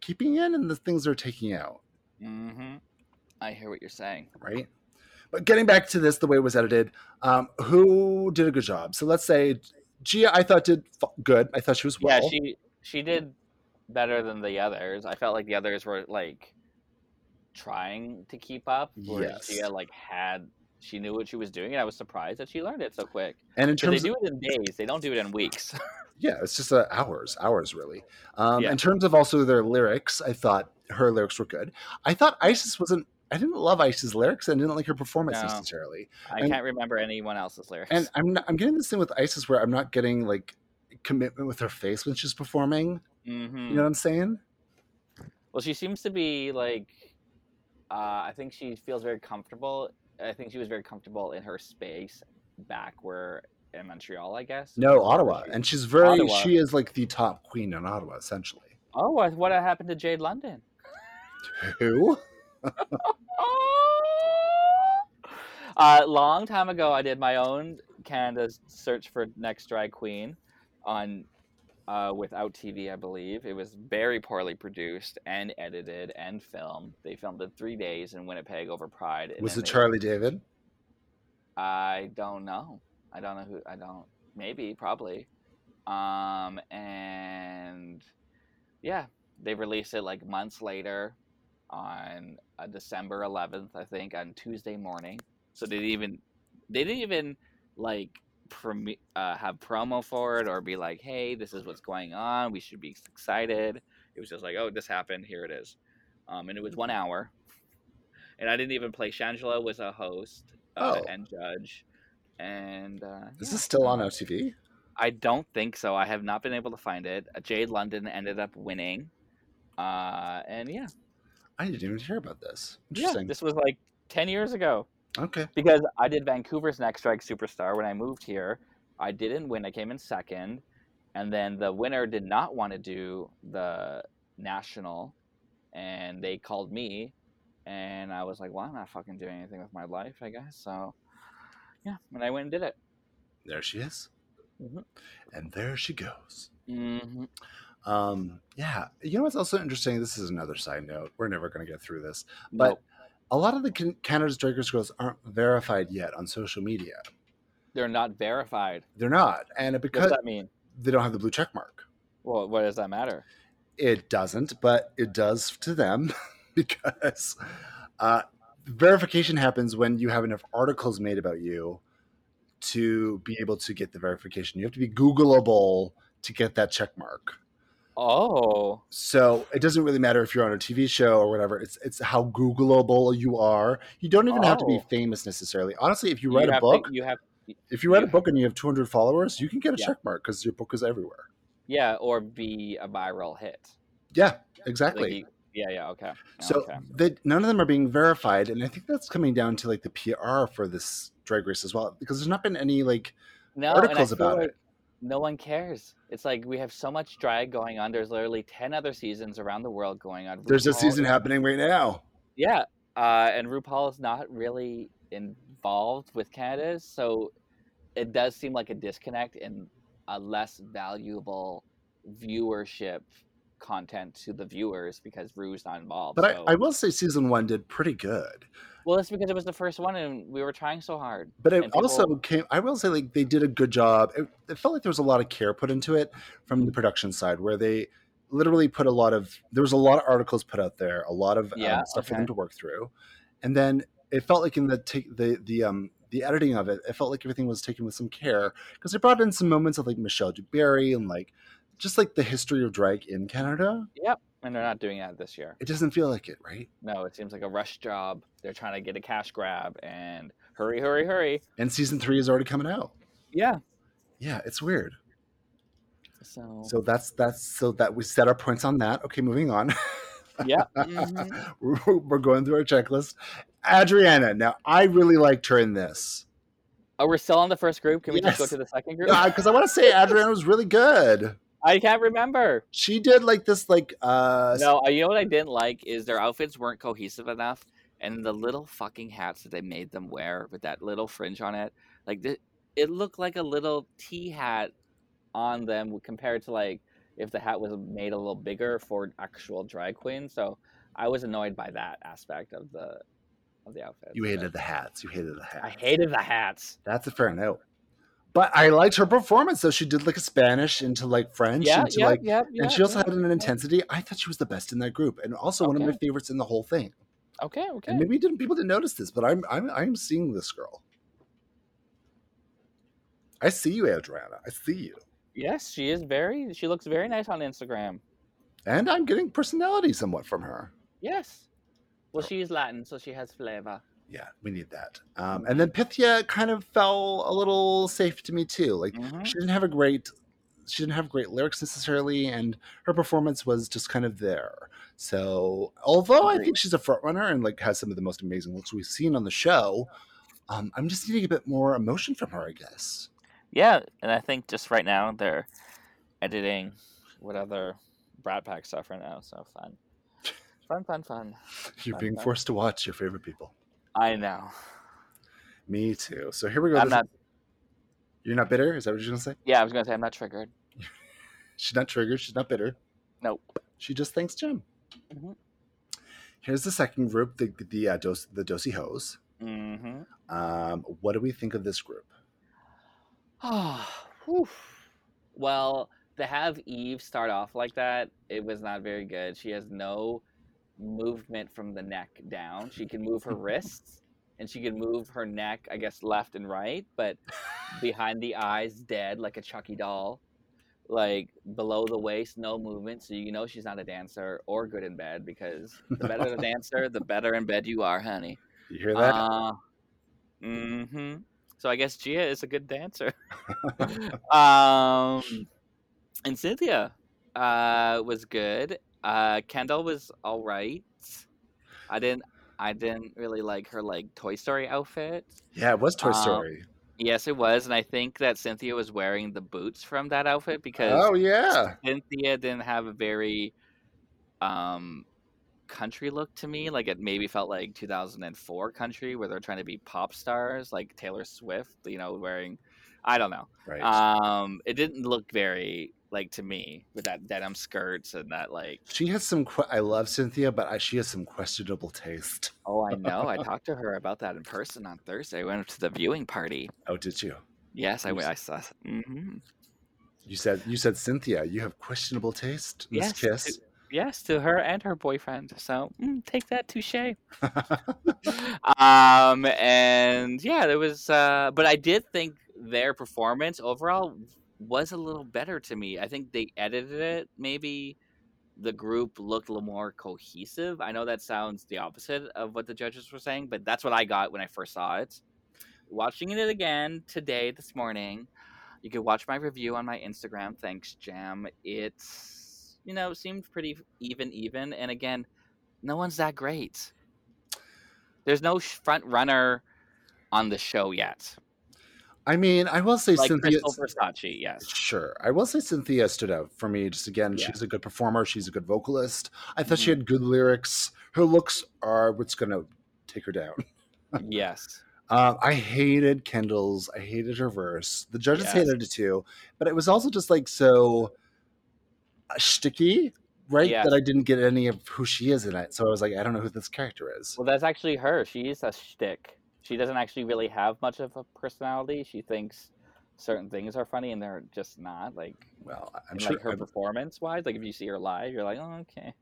Speaker 1: keeping in and the things they're taking out,
Speaker 2: hmm I hear what you're saying.
Speaker 1: right? But getting back to this, the way it was edited, um, who did a good job? So let's say Gia, I thought did f- good. I thought she was well.
Speaker 2: yeah she she did better than the others i felt like the others were like trying to keep up whereas she
Speaker 1: Yes.
Speaker 2: like had she knew what she was doing and i was surprised that she learned it so quick
Speaker 1: and in
Speaker 2: 'Cause they
Speaker 1: terms,
Speaker 2: do it in days they don't do it in weeks
Speaker 1: of, yeah, it's just uh, hours, hours really. Um,
Speaker 2: Yeah.
Speaker 1: In terms of also their lyrics, I thought her lyrics were good. I thought Isis wasn't I didn't love Aisha's lyrics. and I didn't like her performance
Speaker 2: No.
Speaker 1: necessarily.
Speaker 2: I
Speaker 1: And-
Speaker 2: can't remember anyone else's lyrics.
Speaker 1: And I'm not, I'm getting this thing with Isis where I'm not getting like commitment with her face when she's performing.
Speaker 2: Mhm.
Speaker 1: You know what I'm saying?
Speaker 2: Well, she seems to be like, uh, I think she feels very comfortable. I think she was very comfortable in her space back where in Montreal, I guess.
Speaker 1: No,
Speaker 2: Or
Speaker 1: Ottawa.
Speaker 2: she-
Speaker 1: And she's very
Speaker 2: Ottawa.
Speaker 1: she is like the top queen in Ottawa essentially.
Speaker 2: oh, I- what happened to Jade London?
Speaker 1: Who?
Speaker 2: Oh! Uh, long time ago, I did my own Canada search for next drag queen on uh, without TV, I believe. It was very poorly produced and edited and filmed. They filmed it three days in Winnipeg over Pride. and
Speaker 1: Was
Speaker 2: then
Speaker 1: it
Speaker 2: they-
Speaker 1: Charlie David?
Speaker 2: I don't know. I don't know who. I don't. Maybe, probably. Um, and yeah, they released it like months later on uh, December 11th, I think, on Tuesday morning. So they didn't even they didn't even like premi- uh, have promo for it or be like, hey, this is what's going on. We should be excited. It was just like, oh, this happened. Here it is. Um, and it was one hour. And I didn't even play. Shangela was a host uh,
Speaker 1: Oh.
Speaker 2: and judge. And uh,
Speaker 1: Is
Speaker 2: yeah,
Speaker 1: this still on
Speaker 2: no.
Speaker 1: OTV?
Speaker 2: I don't think so. I have not been able to find it. Uh, Jade London ended up winning. Uh, and yeah,
Speaker 1: I didn't even hear about this.
Speaker 2: yeah,
Speaker 1: Interesting.
Speaker 2: this was like 10 years ago
Speaker 1: okay.
Speaker 2: because I did Vancouver's Next Strike Superstar when I moved here. I didn't win. I came in second, and then the winner did not want to do the national, and they called me, and I was like, "Well, I'm not fucking doing anything with my life, I guess." So, yeah, and I went and did it.
Speaker 1: There she is.
Speaker 2: Mhm.
Speaker 1: And there she goes. Mm-hmm.
Speaker 2: hmm
Speaker 1: Um, yeah. You know what's also interesting? This is another side note. We're never going to get through this. But a lot of the Can- Canada's Drinkers Girls aren't verified yet on social media.
Speaker 2: they're not verified.
Speaker 1: They're not. And
Speaker 2: What does
Speaker 1: because
Speaker 2: that mean?
Speaker 1: they don't have the blue check mark,
Speaker 2: Well, what does that matter?
Speaker 1: it doesn't, but it does to them because uh, verification happens when you have enough articles made about you to be able to get the verification. You have to be Googleable to get that check mark.
Speaker 2: Oh,
Speaker 1: So it doesn't really matter if you're on a TV show or whatever. It's it's how Googleable you are. You don't even have to be
Speaker 2: Oh.
Speaker 1: famous necessarily. Honestly, if you write a
Speaker 2: have to-
Speaker 1: book,
Speaker 2: you have
Speaker 1: if you write
Speaker 2: you
Speaker 1: a book and you have 200 followers, you can get a
Speaker 2: Yeah.
Speaker 1: check mark because your book is everywhere.
Speaker 2: yeah, or be a viral hit.
Speaker 1: Yeah,
Speaker 2: Like,
Speaker 1: exactly.
Speaker 2: you- yeah, yeah, okay.
Speaker 1: so
Speaker 2: okay.
Speaker 1: they, none of them are being verified, and I think that's coming down to like the PR for this Drag Race as well because there's not been any like
Speaker 2: no, and I
Speaker 1: articles
Speaker 2: feel
Speaker 1: about
Speaker 2: like
Speaker 1: it.
Speaker 2: No one cares. It's like we have so much drag going on. There's literally ten other seasons around the world going on.
Speaker 1: There's a
Speaker 2: RuPaul
Speaker 1: season
Speaker 2: is-
Speaker 1: happening right now.
Speaker 2: Yeah, uh, and RuPaul is not really involved with Canada, so it does seem like a disconnect and a less valuable viewership content to the viewers because Ru's not involved.
Speaker 1: But
Speaker 2: so-
Speaker 1: I, I will say season one did pretty good.
Speaker 2: Well, that's because it was the first one, and we were trying so hard.
Speaker 1: But it
Speaker 2: And people-
Speaker 1: also came. I will say, like they did a good job. It, it felt like there was a lot of care put into it from the production side, where they literally put a lot of. There was a lot of articles put out there, a lot of
Speaker 2: Yeah,
Speaker 1: um, stuff for
Speaker 2: okay.
Speaker 1: them to work through, and then it felt like in the ta- the the um the editing of it, it felt like everything was taken with some care because they brought in some moments of like Michelle DuBarry and like just like the history of drag in Canada.
Speaker 2: Yep, and they're not doing that this year.
Speaker 1: It doesn't feel like it, right?
Speaker 2: No, it seems like a rush job. They're trying to get a cash grab and hurry, hurry, hurry.
Speaker 1: And season three is already coming out.
Speaker 2: Yeah.
Speaker 1: Yeah, it's weird.
Speaker 2: So,
Speaker 1: So that's that's so that we set our points on that. Okay, moving on.
Speaker 2: yeah. mhm.
Speaker 1: We're we're going through our checklist. Adriana. Now, I really liked her in this
Speaker 2: Oh, we're still on the first group. Can we just go
Speaker 1: Yes.
Speaker 2: to the second group?
Speaker 1: because Uh, I want to say Adriana was really good.
Speaker 2: I can't remember.
Speaker 1: She did like this, like uh,
Speaker 2: No, uh, you know what I didn't like is their outfits weren't cohesive enough, and the little fucking hats that they made them wear with that little fringe on it, like th- it looked like a little tea hat on them compared to like if the hat was made a little bigger for actual drag queen. So I was annoyed by that aspect of the of the outfit.
Speaker 1: you hated the hats. You hated the hats.
Speaker 2: I hated the hats.
Speaker 1: That's a fair note. But I liked her performance. though. she did like a Spanish into like French
Speaker 2: Yeah,
Speaker 1: into
Speaker 2: yeah,
Speaker 1: like,
Speaker 2: yeah,
Speaker 1: and she also had an intensity. I thought she was the best in that group, and also one of my
Speaker 2: Okay.
Speaker 1: favorites in the whole thing.
Speaker 2: Okay, okay.
Speaker 1: And maybe didn't people didn't notice this, but I'm I'm I'm seeing this girl. I see you, Adriana. I see you.
Speaker 2: Yes, she is very. She looks very nice on Instagram.
Speaker 1: And I'm getting personality somewhat from her.
Speaker 2: Yes. Well, she's Latin, so she has flavor.
Speaker 1: Yeah, we need that. Um, and
Speaker 2: Mm-hmm.
Speaker 1: then Pythia kind of fell a little safe to me too. Like
Speaker 2: Mhm.
Speaker 1: she didn't have a great she didn't have great lyrics necessarily, and her performance was just kind of there. So although I think
Speaker 2: Agreed.
Speaker 1: she's a frontrunner and like has some of the most amazing looks we've seen on the show, um, I'm just needing a bit more emotion from her, I guess.
Speaker 2: Yeah, and I think just right now they're editing what other Brat Pack stuff right now. So fun, fun, fun, fun.
Speaker 1: You're
Speaker 2: Fun,
Speaker 1: being
Speaker 2: fun.
Speaker 1: forced to watch your favorite people.
Speaker 2: I know.
Speaker 1: Me too. So here we go.
Speaker 2: I'm
Speaker 1: This-
Speaker 2: not.
Speaker 1: You're not bitter? Is that what you're gonna say?
Speaker 2: Yeah, I was gonna say I'm not triggered.
Speaker 1: She's not triggered. She's not bitter.
Speaker 2: Nope.
Speaker 1: She just thanks Jim.
Speaker 2: Mhm.
Speaker 1: Here's the second group, the the uh, dos, the Dosey Hoes.
Speaker 2: Mm-hmm.
Speaker 1: Um, what do we think of this group?
Speaker 2: Oh, well, to have Eve start off like that, it was not very good. She has no movement from the neck down. She can move her wrists and she can move her neck, I guess, left and right, but behind the eyes, dead like a Chucky doll. Like below the waist, no movement. So you know she's not a dancer or good in bed because the better the dancer, the better in bed you are, honey.
Speaker 1: You hear that?
Speaker 2: Uh, hmm So I guess Gia is a good dancer. um, and Cynthia uh, was good. Uh, Kendall was all right. I didn't. I didn't really like her like Toy Story outfit.
Speaker 1: yeah, it was Toy
Speaker 2: um,
Speaker 1: Story.
Speaker 2: Yes, it was, and I think that Cynthia was wearing the boots from that outfit because
Speaker 1: Oh yeah,
Speaker 2: Cynthia didn't have a very um country look to me. Like it maybe felt like 2004 country where they're trying to be pop stars like Taylor Swift, you know, wearing I don't know.
Speaker 1: right.
Speaker 2: Um it didn't look very like to me with that denim skirts and that like
Speaker 1: she has some. Que- I love Cynthia, but I, she has some questionable taste.
Speaker 2: oh I know. I talked to her about that in person on Thursday. I went up to the viewing party.
Speaker 1: Oh, did you?
Speaker 2: Yes, I
Speaker 1: You
Speaker 2: went.
Speaker 1: s-
Speaker 2: I saw. hmm
Speaker 1: You said you said Cynthia. You have questionable taste, Miss
Speaker 2: Yes, to-
Speaker 1: Kiss.
Speaker 2: Yes, to her and her boyfriend. So mm, take that, touche. um and yeah there was uh but i did think their performance overall was a little better to me i think they edited it maybe the group looked a little more cohesive i know that sounds the opposite of what the judges were saying but that's what i got when i first saw it watching it again today this morning you could watch my review on my instagram thanks jam it's you know seemed pretty even even and again no one's that great there's no sh- front runner on the show yet.
Speaker 1: I mean, I will say
Speaker 2: Like
Speaker 1: Cynthia.
Speaker 2: Crystal Versace, yes.
Speaker 1: Sure. I will say Cynthia stood out for me. Just again,
Speaker 2: Yeah.
Speaker 1: she's a good performer. She's a good vocalist. I thought
Speaker 2: Mhm.
Speaker 1: she had good lyrics. Her looks are what's going to take her down.
Speaker 2: yes.
Speaker 1: Um, I hated Kendall's. I hated her verse. The judges
Speaker 2: Yes.
Speaker 1: hated it too. But it was also just like so uh, sticky, right?
Speaker 2: Yes.
Speaker 1: That I didn't get any of who she is in it. So I was like, I don't know who this character is.
Speaker 2: Well, that's actually her. She's a shtick. She doesn't actually really have much of a personality. She thinks certain things are funny and they're just not. Like,
Speaker 1: Well, I'm
Speaker 2: and,
Speaker 1: sure.
Speaker 2: like her
Speaker 1: I'm,
Speaker 2: performance wise, like if you see her live, you're like, oh, okay.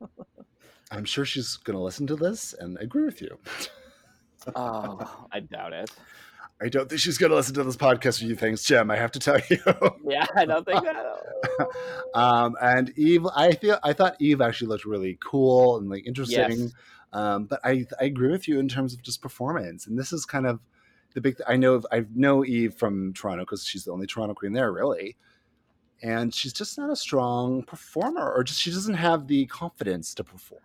Speaker 1: I'm sure she's going to listen to this and agree with you.
Speaker 2: oh, I doubt it.
Speaker 1: I don't think she's going to listen to this podcast with you. Thanks, Jim. I have to tell you.
Speaker 2: Yeah, I don't think that.
Speaker 1: um, and Eve, I feel I thought Eve actually looked really cool and like interesting.
Speaker 2: Yes.
Speaker 1: Um, but I I agree with you in terms of just performance, and this is kind of the big. I know I know Eve from Toronto because she's the only Toronto queen there, really. And she's just not a strong performer, or just she doesn't have the confidence to perform.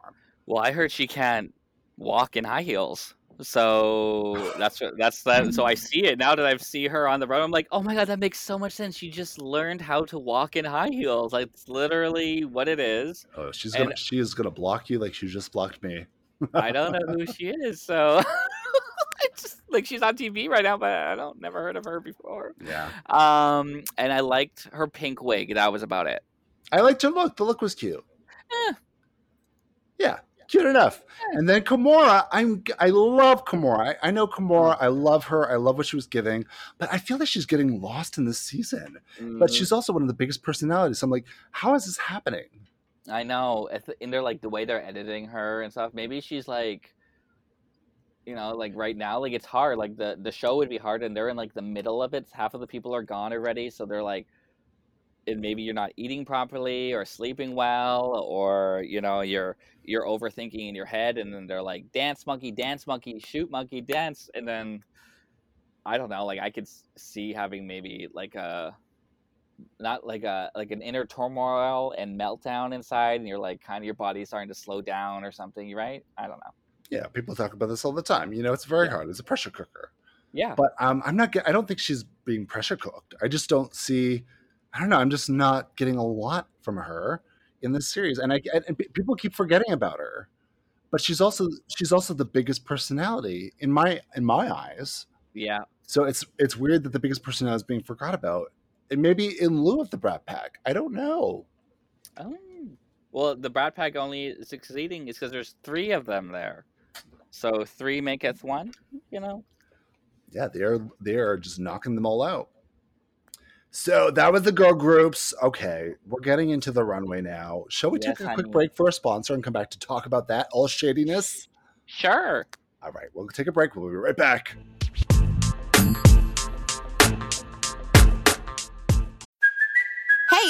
Speaker 2: Well, I heard she can't walk in high heels. So that's what that's that. So I see it now that I see her on the road. I'm like, oh my god, that makes so much sense. She just learned how to walk in high heels. Like, it's literally what it is.
Speaker 1: Oh, she's gonna
Speaker 2: And-
Speaker 1: she is gonna block you like she just blocked me.
Speaker 2: I don't know who she is. So I just like she's on TV right now, but I don't never heard of her before.
Speaker 1: Yeah,
Speaker 2: Um, and I liked her pink wig. That was about it.
Speaker 1: I liked her look. The look was cute.
Speaker 2: Eh.
Speaker 1: Yeah, cute enough.
Speaker 2: Yeah.
Speaker 1: And then Kimora, I'm I love Kimora. I, I know Kimora. I love her. I love what she was giving, but I feel like she's getting lost in this season. But
Speaker 2: Mm.
Speaker 1: she's also one of the biggest personalities. So I'm like, how is this happening?
Speaker 2: I know. I th- And they're like the way they're editing her and stuff. Maybe she's like, you know, like right now, like it's hard. Like the the show would be hard, and they're in like the middle of it. Half of the people are gone already, so they're like, and maybe you're not eating properly or sleeping well or you know you're you're overthinking in your head and then they're like dance monkey dance monkey shoot monkey dance and then i don't know like i could s- see having maybe like a not like a like an inner turmoil and meltdown inside and you're like kind of your body's starting to slow down or something right i don't know
Speaker 1: Yeah, people talk about this all the time. You know, it's very
Speaker 2: Yeah.
Speaker 1: hard. It's a pressure cooker.
Speaker 2: yeah
Speaker 1: But um, I'm not. Get, I don't think she's being pressure cooked. I just don't see. I don't know. I'm just not getting a lot from her in this series, and I and, and pe- people keep forgetting about her. But she's also she's also the biggest personality in my in my eyes.
Speaker 2: yeah
Speaker 1: So it's it's weird that the biggest personality is being forgot about, and maybe in lieu of the Brat Pack. I don't know.
Speaker 2: Oh. Well, the Brad Pack only succeeding is because there's three of them there. So three maketh one, you know?
Speaker 1: yeah, they are they are just knocking them all out. So that was the girl groups. Okay, we're getting into the runway now. Shall we take
Speaker 2: Yes,
Speaker 1: a
Speaker 2: honey.
Speaker 1: quick break for a sponsor and come back to talk about that all shadiness?
Speaker 2: Sure.
Speaker 1: All right, we'll take a break. We'll be right back.
Speaker 3: Hey,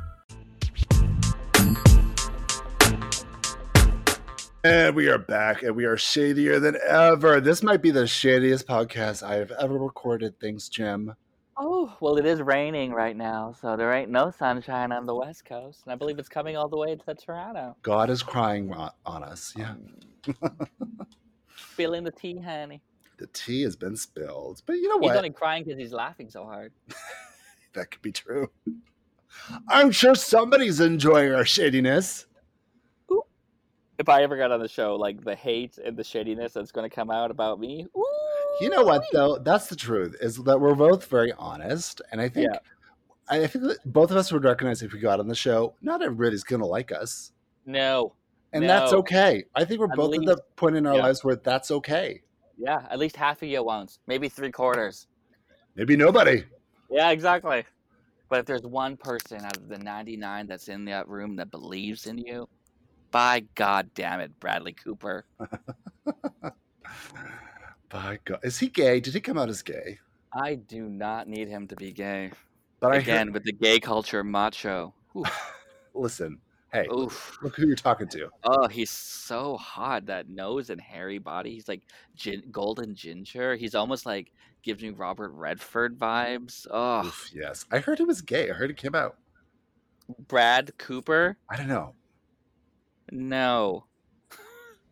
Speaker 1: And we are back, and we are shadier than ever. This might be the shadiest podcast I have ever recorded. Thanks, Jim.
Speaker 2: Oh, well, it is raining right now, so there ain't no sunshine on the West Coast. And I believe it's coming all the way to Toronto.
Speaker 1: God is crying on on us. Yeah,
Speaker 2: Spilling the tea, honey.
Speaker 1: the tea has been spilled, but you know
Speaker 2: He's
Speaker 1: what?
Speaker 2: only crying because he's laughing so hard.
Speaker 1: that could be true. I'm sure somebody's enjoying our shadiness.
Speaker 2: If I ever got on the show, like the hate and the shadiness that's going to come out about me. Ooh,
Speaker 1: You know what though? That's the truth. Is that we're both very honest, and I think
Speaker 2: Yeah.
Speaker 1: I think that both of us would recognize if we got on the show, not everybody's going to like us,
Speaker 2: No.
Speaker 1: and that's
Speaker 2: No.
Speaker 1: okay. I think we're
Speaker 2: At
Speaker 1: both at
Speaker 2: least-
Speaker 1: the point in our
Speaker 2: yeah.
Speaker 1: lives where that's okay.
Speaker 2: Yeah, at least half of you won't. Maybe three quarters.
Speaker 1: Maybe nobody.
Speaker 2: Yeah, exactly. But if there's one person out of the 99 that's in that room that believes in you, by God damn it, Bradley Cooper.
Speaker 1: By God, is he gay? Did he come out as gay?
Speaker 2: I do not need him to be gay.
Speaker 1: But I hear,
Speaker 2: Again, with the gay culture macho. Oof.
Speaker 1: listen. Hey,
Speaker 2: oof.
Speaker 1: look who you're talking to.
Speaker 2: Oh, he's so hot. That nose and hairy body. He's like gin- golden ginger. He's almost like gives me Robert Redford vibes. Oh,
Speaker 1: Oof, yes, I heard he was gay. I heard he came out.
Speaker 2: Brad Cooper?
Speaker 1: I don't know.
Speaker 2: No.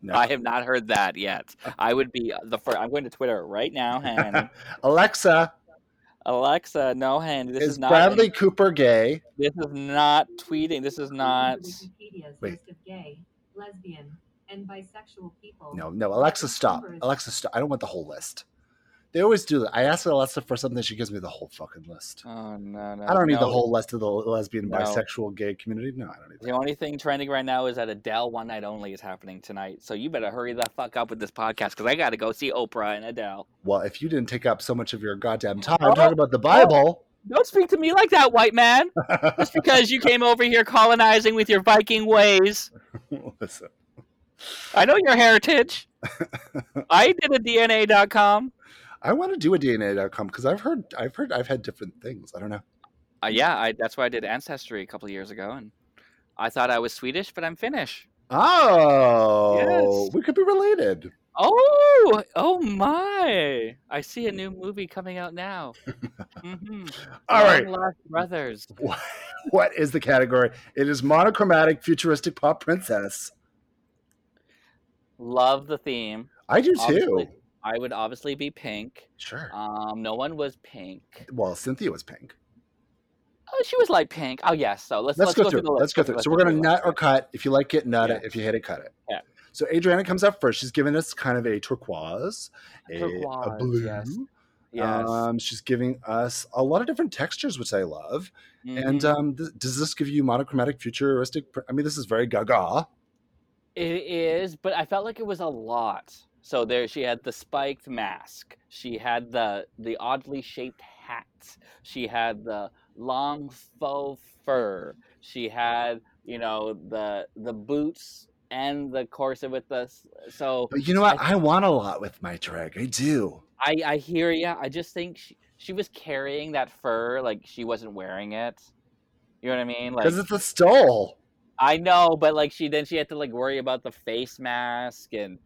Speaker 1: No.
Speaker 2: I have not heard that yet. I would be uh, the first. I'm going to Twitter right now, Hanny.
Speaker 1: Alexa,
Speaker 2: Alexa, no, Hanny. This is,
Speaker 1: is,
Speaker 2: not.
Speaker 1: Bradley Cooper gay?
Speaker 2: This is not tweeting. This is not.
Speaker 4: Wikipedia's
Speaker 1: Wait.
Speaker 4: list of gay, lesbian, and bisexual people.
Speaker 1: No, no, Alexa, stop.
Speaker 4: Cooper is-
Speaker 1: Alexa, stop. I don't want the whole list. They always do that. I ask Alexa for something, she gives me the whole fucking list.
Speaker 2: Oh no, no.
Speaker 1: I don't need the
Speaker 2: no.
Speaker 1: whole list of the lesbian,
Speaker 2: No.
Speaker 1: bisexual, gay community. No, I don't need
Speaker 2: The
Speaker 1: that.
Speaker 2: only thing trending right now is that Adele One Night Only is happening tonight. So you better hurry the fuck up with this podcast because I got to go see Oprah and Adele.
Speaker 1: Well, if you didn't take up so much of your goddamn time
Speaker 2: Oh,
Speaker 1: talking about the Bible,
Speaker 2: Don't speak to me like that, white man. Just because you came over here colonizing with your Viking ways. Oh.
Speaker 1: listen.
Speaker 2: I know your heritage. I did a DNA.com.
Speaker 1: I want to do a DNA.com because I've heard, I've heard, I've had different things. I don't know.
Speaker 2: Uh, yeah, I, that's why I did ancestry a couple of years ago, and I thought I was Swedish, but I'm Finnish.
Speaker 1: Oh, we could be related.
Speaker 2: Oh, oh my! I see a new movie coming out now. hmm
Speaker 1: All right.
Speaker 2: brothers.
Speaker 1: What, what is the category? It is monochromatic, futuristic pop princess.
Speaker 2: Love the theme.
Speaker 1: I do too.
Speaker 2: Obviously. I would obviously be pink.
Speaker 1: Sure.
Speaker 2: Um, no one was pink.
Speaker 1: well, Cynthia was pink.
Speaker 2: Oh, she was light pink. Oh yes. So let's
Speaker 1: let's, go, through.
Speaker 2: through. the
Speaker 1: it.
Speaker 2: list.
Speaker 1: Let's go through. it. So we're
Speaker 2: the
Speaker 1: gonna
Speaker 2: list.
Speaker 1: nut or cut. If you like it, nut it.
Speaker 2: Yeah.
Speaker 1: If you hate it, cut it.
Speaker 2: Yeah.
Speaker 1: So Adriana comes up first. She's giving us kind of a turquoise, a, a
Speaker 2: Turquoise,
Speaker 1: blue,
Speaker 2: yes. Yes.
Speaker 1: Um, she's giving us a lot of different textures, which I love. And
Speaker 2: Mhm.
Speaker 1: um, th- does this give you monochromatic futuristic? Pr- I mean, this is very Gaga.
Speaker 2: It is, but I felt like it was a lot. So there, she had the spiked mask. She had the the oddly shaped hat. She had the long faux fur. She had, you know, the the boots and the corset with the. s- So
Speaker 1: But you know what? I, want a lot with my drag. I do.
Speaker 2: I I hear ya. I just think she, she was carrying that fur like she wasn't wearing it. You know what I mean? Like
Speaker 1: Because it's a stole.
Speaker 2: I know, but like she then she had to like worry about the face mask and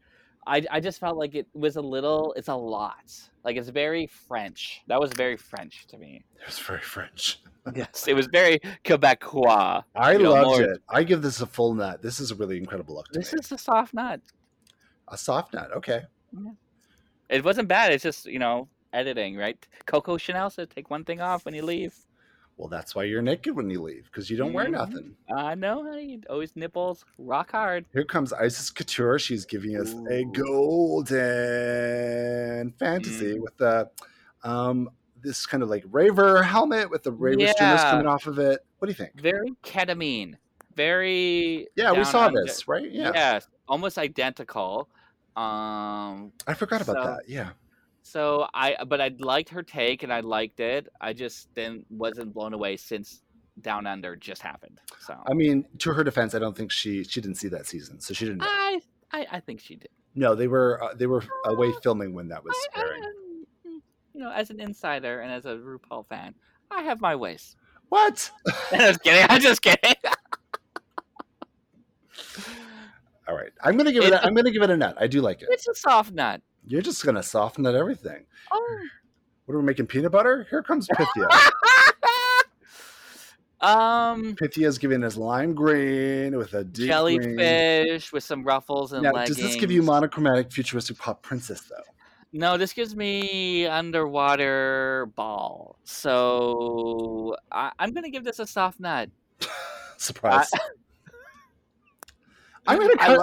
Speaker 2: I I just felt like it was a little it's a lot. Like it's very French. That was very French to me.
Speaker 1: It was very French.
Speaker 2: Yes. It was very Quebecois.
Speaker 1: I
Speaker 2: You know,
Speaker 1: loved
Speaker 2: more-
Speaker 1: it. I give this a full nut. This is a really incredible look. To
Speaker 2: This
Speaker 1: me.
Speaker 2: is a soft nut.
Speaker 1: a soft nut. Okay.
Speaker 2: It wasn't bad, it's just, you know, editing, right? Coco Chanel said take one thing off when you leave.
Speaker 1: Well, that's why you're naked when you leave because you don't wear
Speaker 2: Mhm.
Speaker 1: nothing.
Speaker 2: I know, honey. Always nipples, rock hard.
Speaker 1: Here comes Isis Couture. She's giving us a
Speaker 2: Ooh.
Speaker 1: golden
Speaker 2: Mm.
Speaker 1: fantasy with the um this kind of like raver helmet with the raver streamers
Speaker 2: Yeah.
Speaker 1: coming off of it. What do you think?
Speaker 2: Very ketamine. Very
Speaker 1: Yeah, we
Speaker 2: down
Speaker 1: saw
Speaker 2: under.
Speaker 1: this, right? Yeah.
Speaker 2: Yes. Almost identical. Um
Speaker 1: I forgot about
Speaker 2: So-
Speaker 1: that. Yeah.
Speaker 2: So I, but I liked her take and I liked it. I just then wasn't blown away since Down Under just happened. So
Speaker 1: I mean, to her defense, I don't think she she didn't see that season, so she didn't. Know.
Speaker 2: I, I, I think she did.
Speaker 1: No, they were uh, they were away filming when that was
Speaker 2: I, I,
Speaker 1: airing.
Speaker 2: um, mm, you know, as an insider and as a RuPaul fan, I have my ways.
Speaker 1: What?
Speaker 2: I'm just kidding. I'm just kidding.
Speaker 1: All right, I'm gonna give it.
Speaker 2: It's
Speaker 1: A, I'm gonna give it a nut. I do like it.
Speaker 2: it's a soft nut.
Speaker 1: You're just gonna soften it everything.
Speaker 2: Oh.
Speaker 1: What are we making? Peanut butter? Here comes Pythia.
Speaker 2: um,
Speaker 1: Pythia's giving us lime green with a deep green.
Speaker 2: jellyfish with some ruffles and
Speaker 1: Now,
Speaker 2: leggings.
Speaker 1: does this give you monochromatic futuristic pop princess though?
Speaker 2: No, this gives me underwater ball. So I, I'm gonna give this a soft nut.
Speaker 1: Surprise! I, am gonna cut.
Speaker 2: I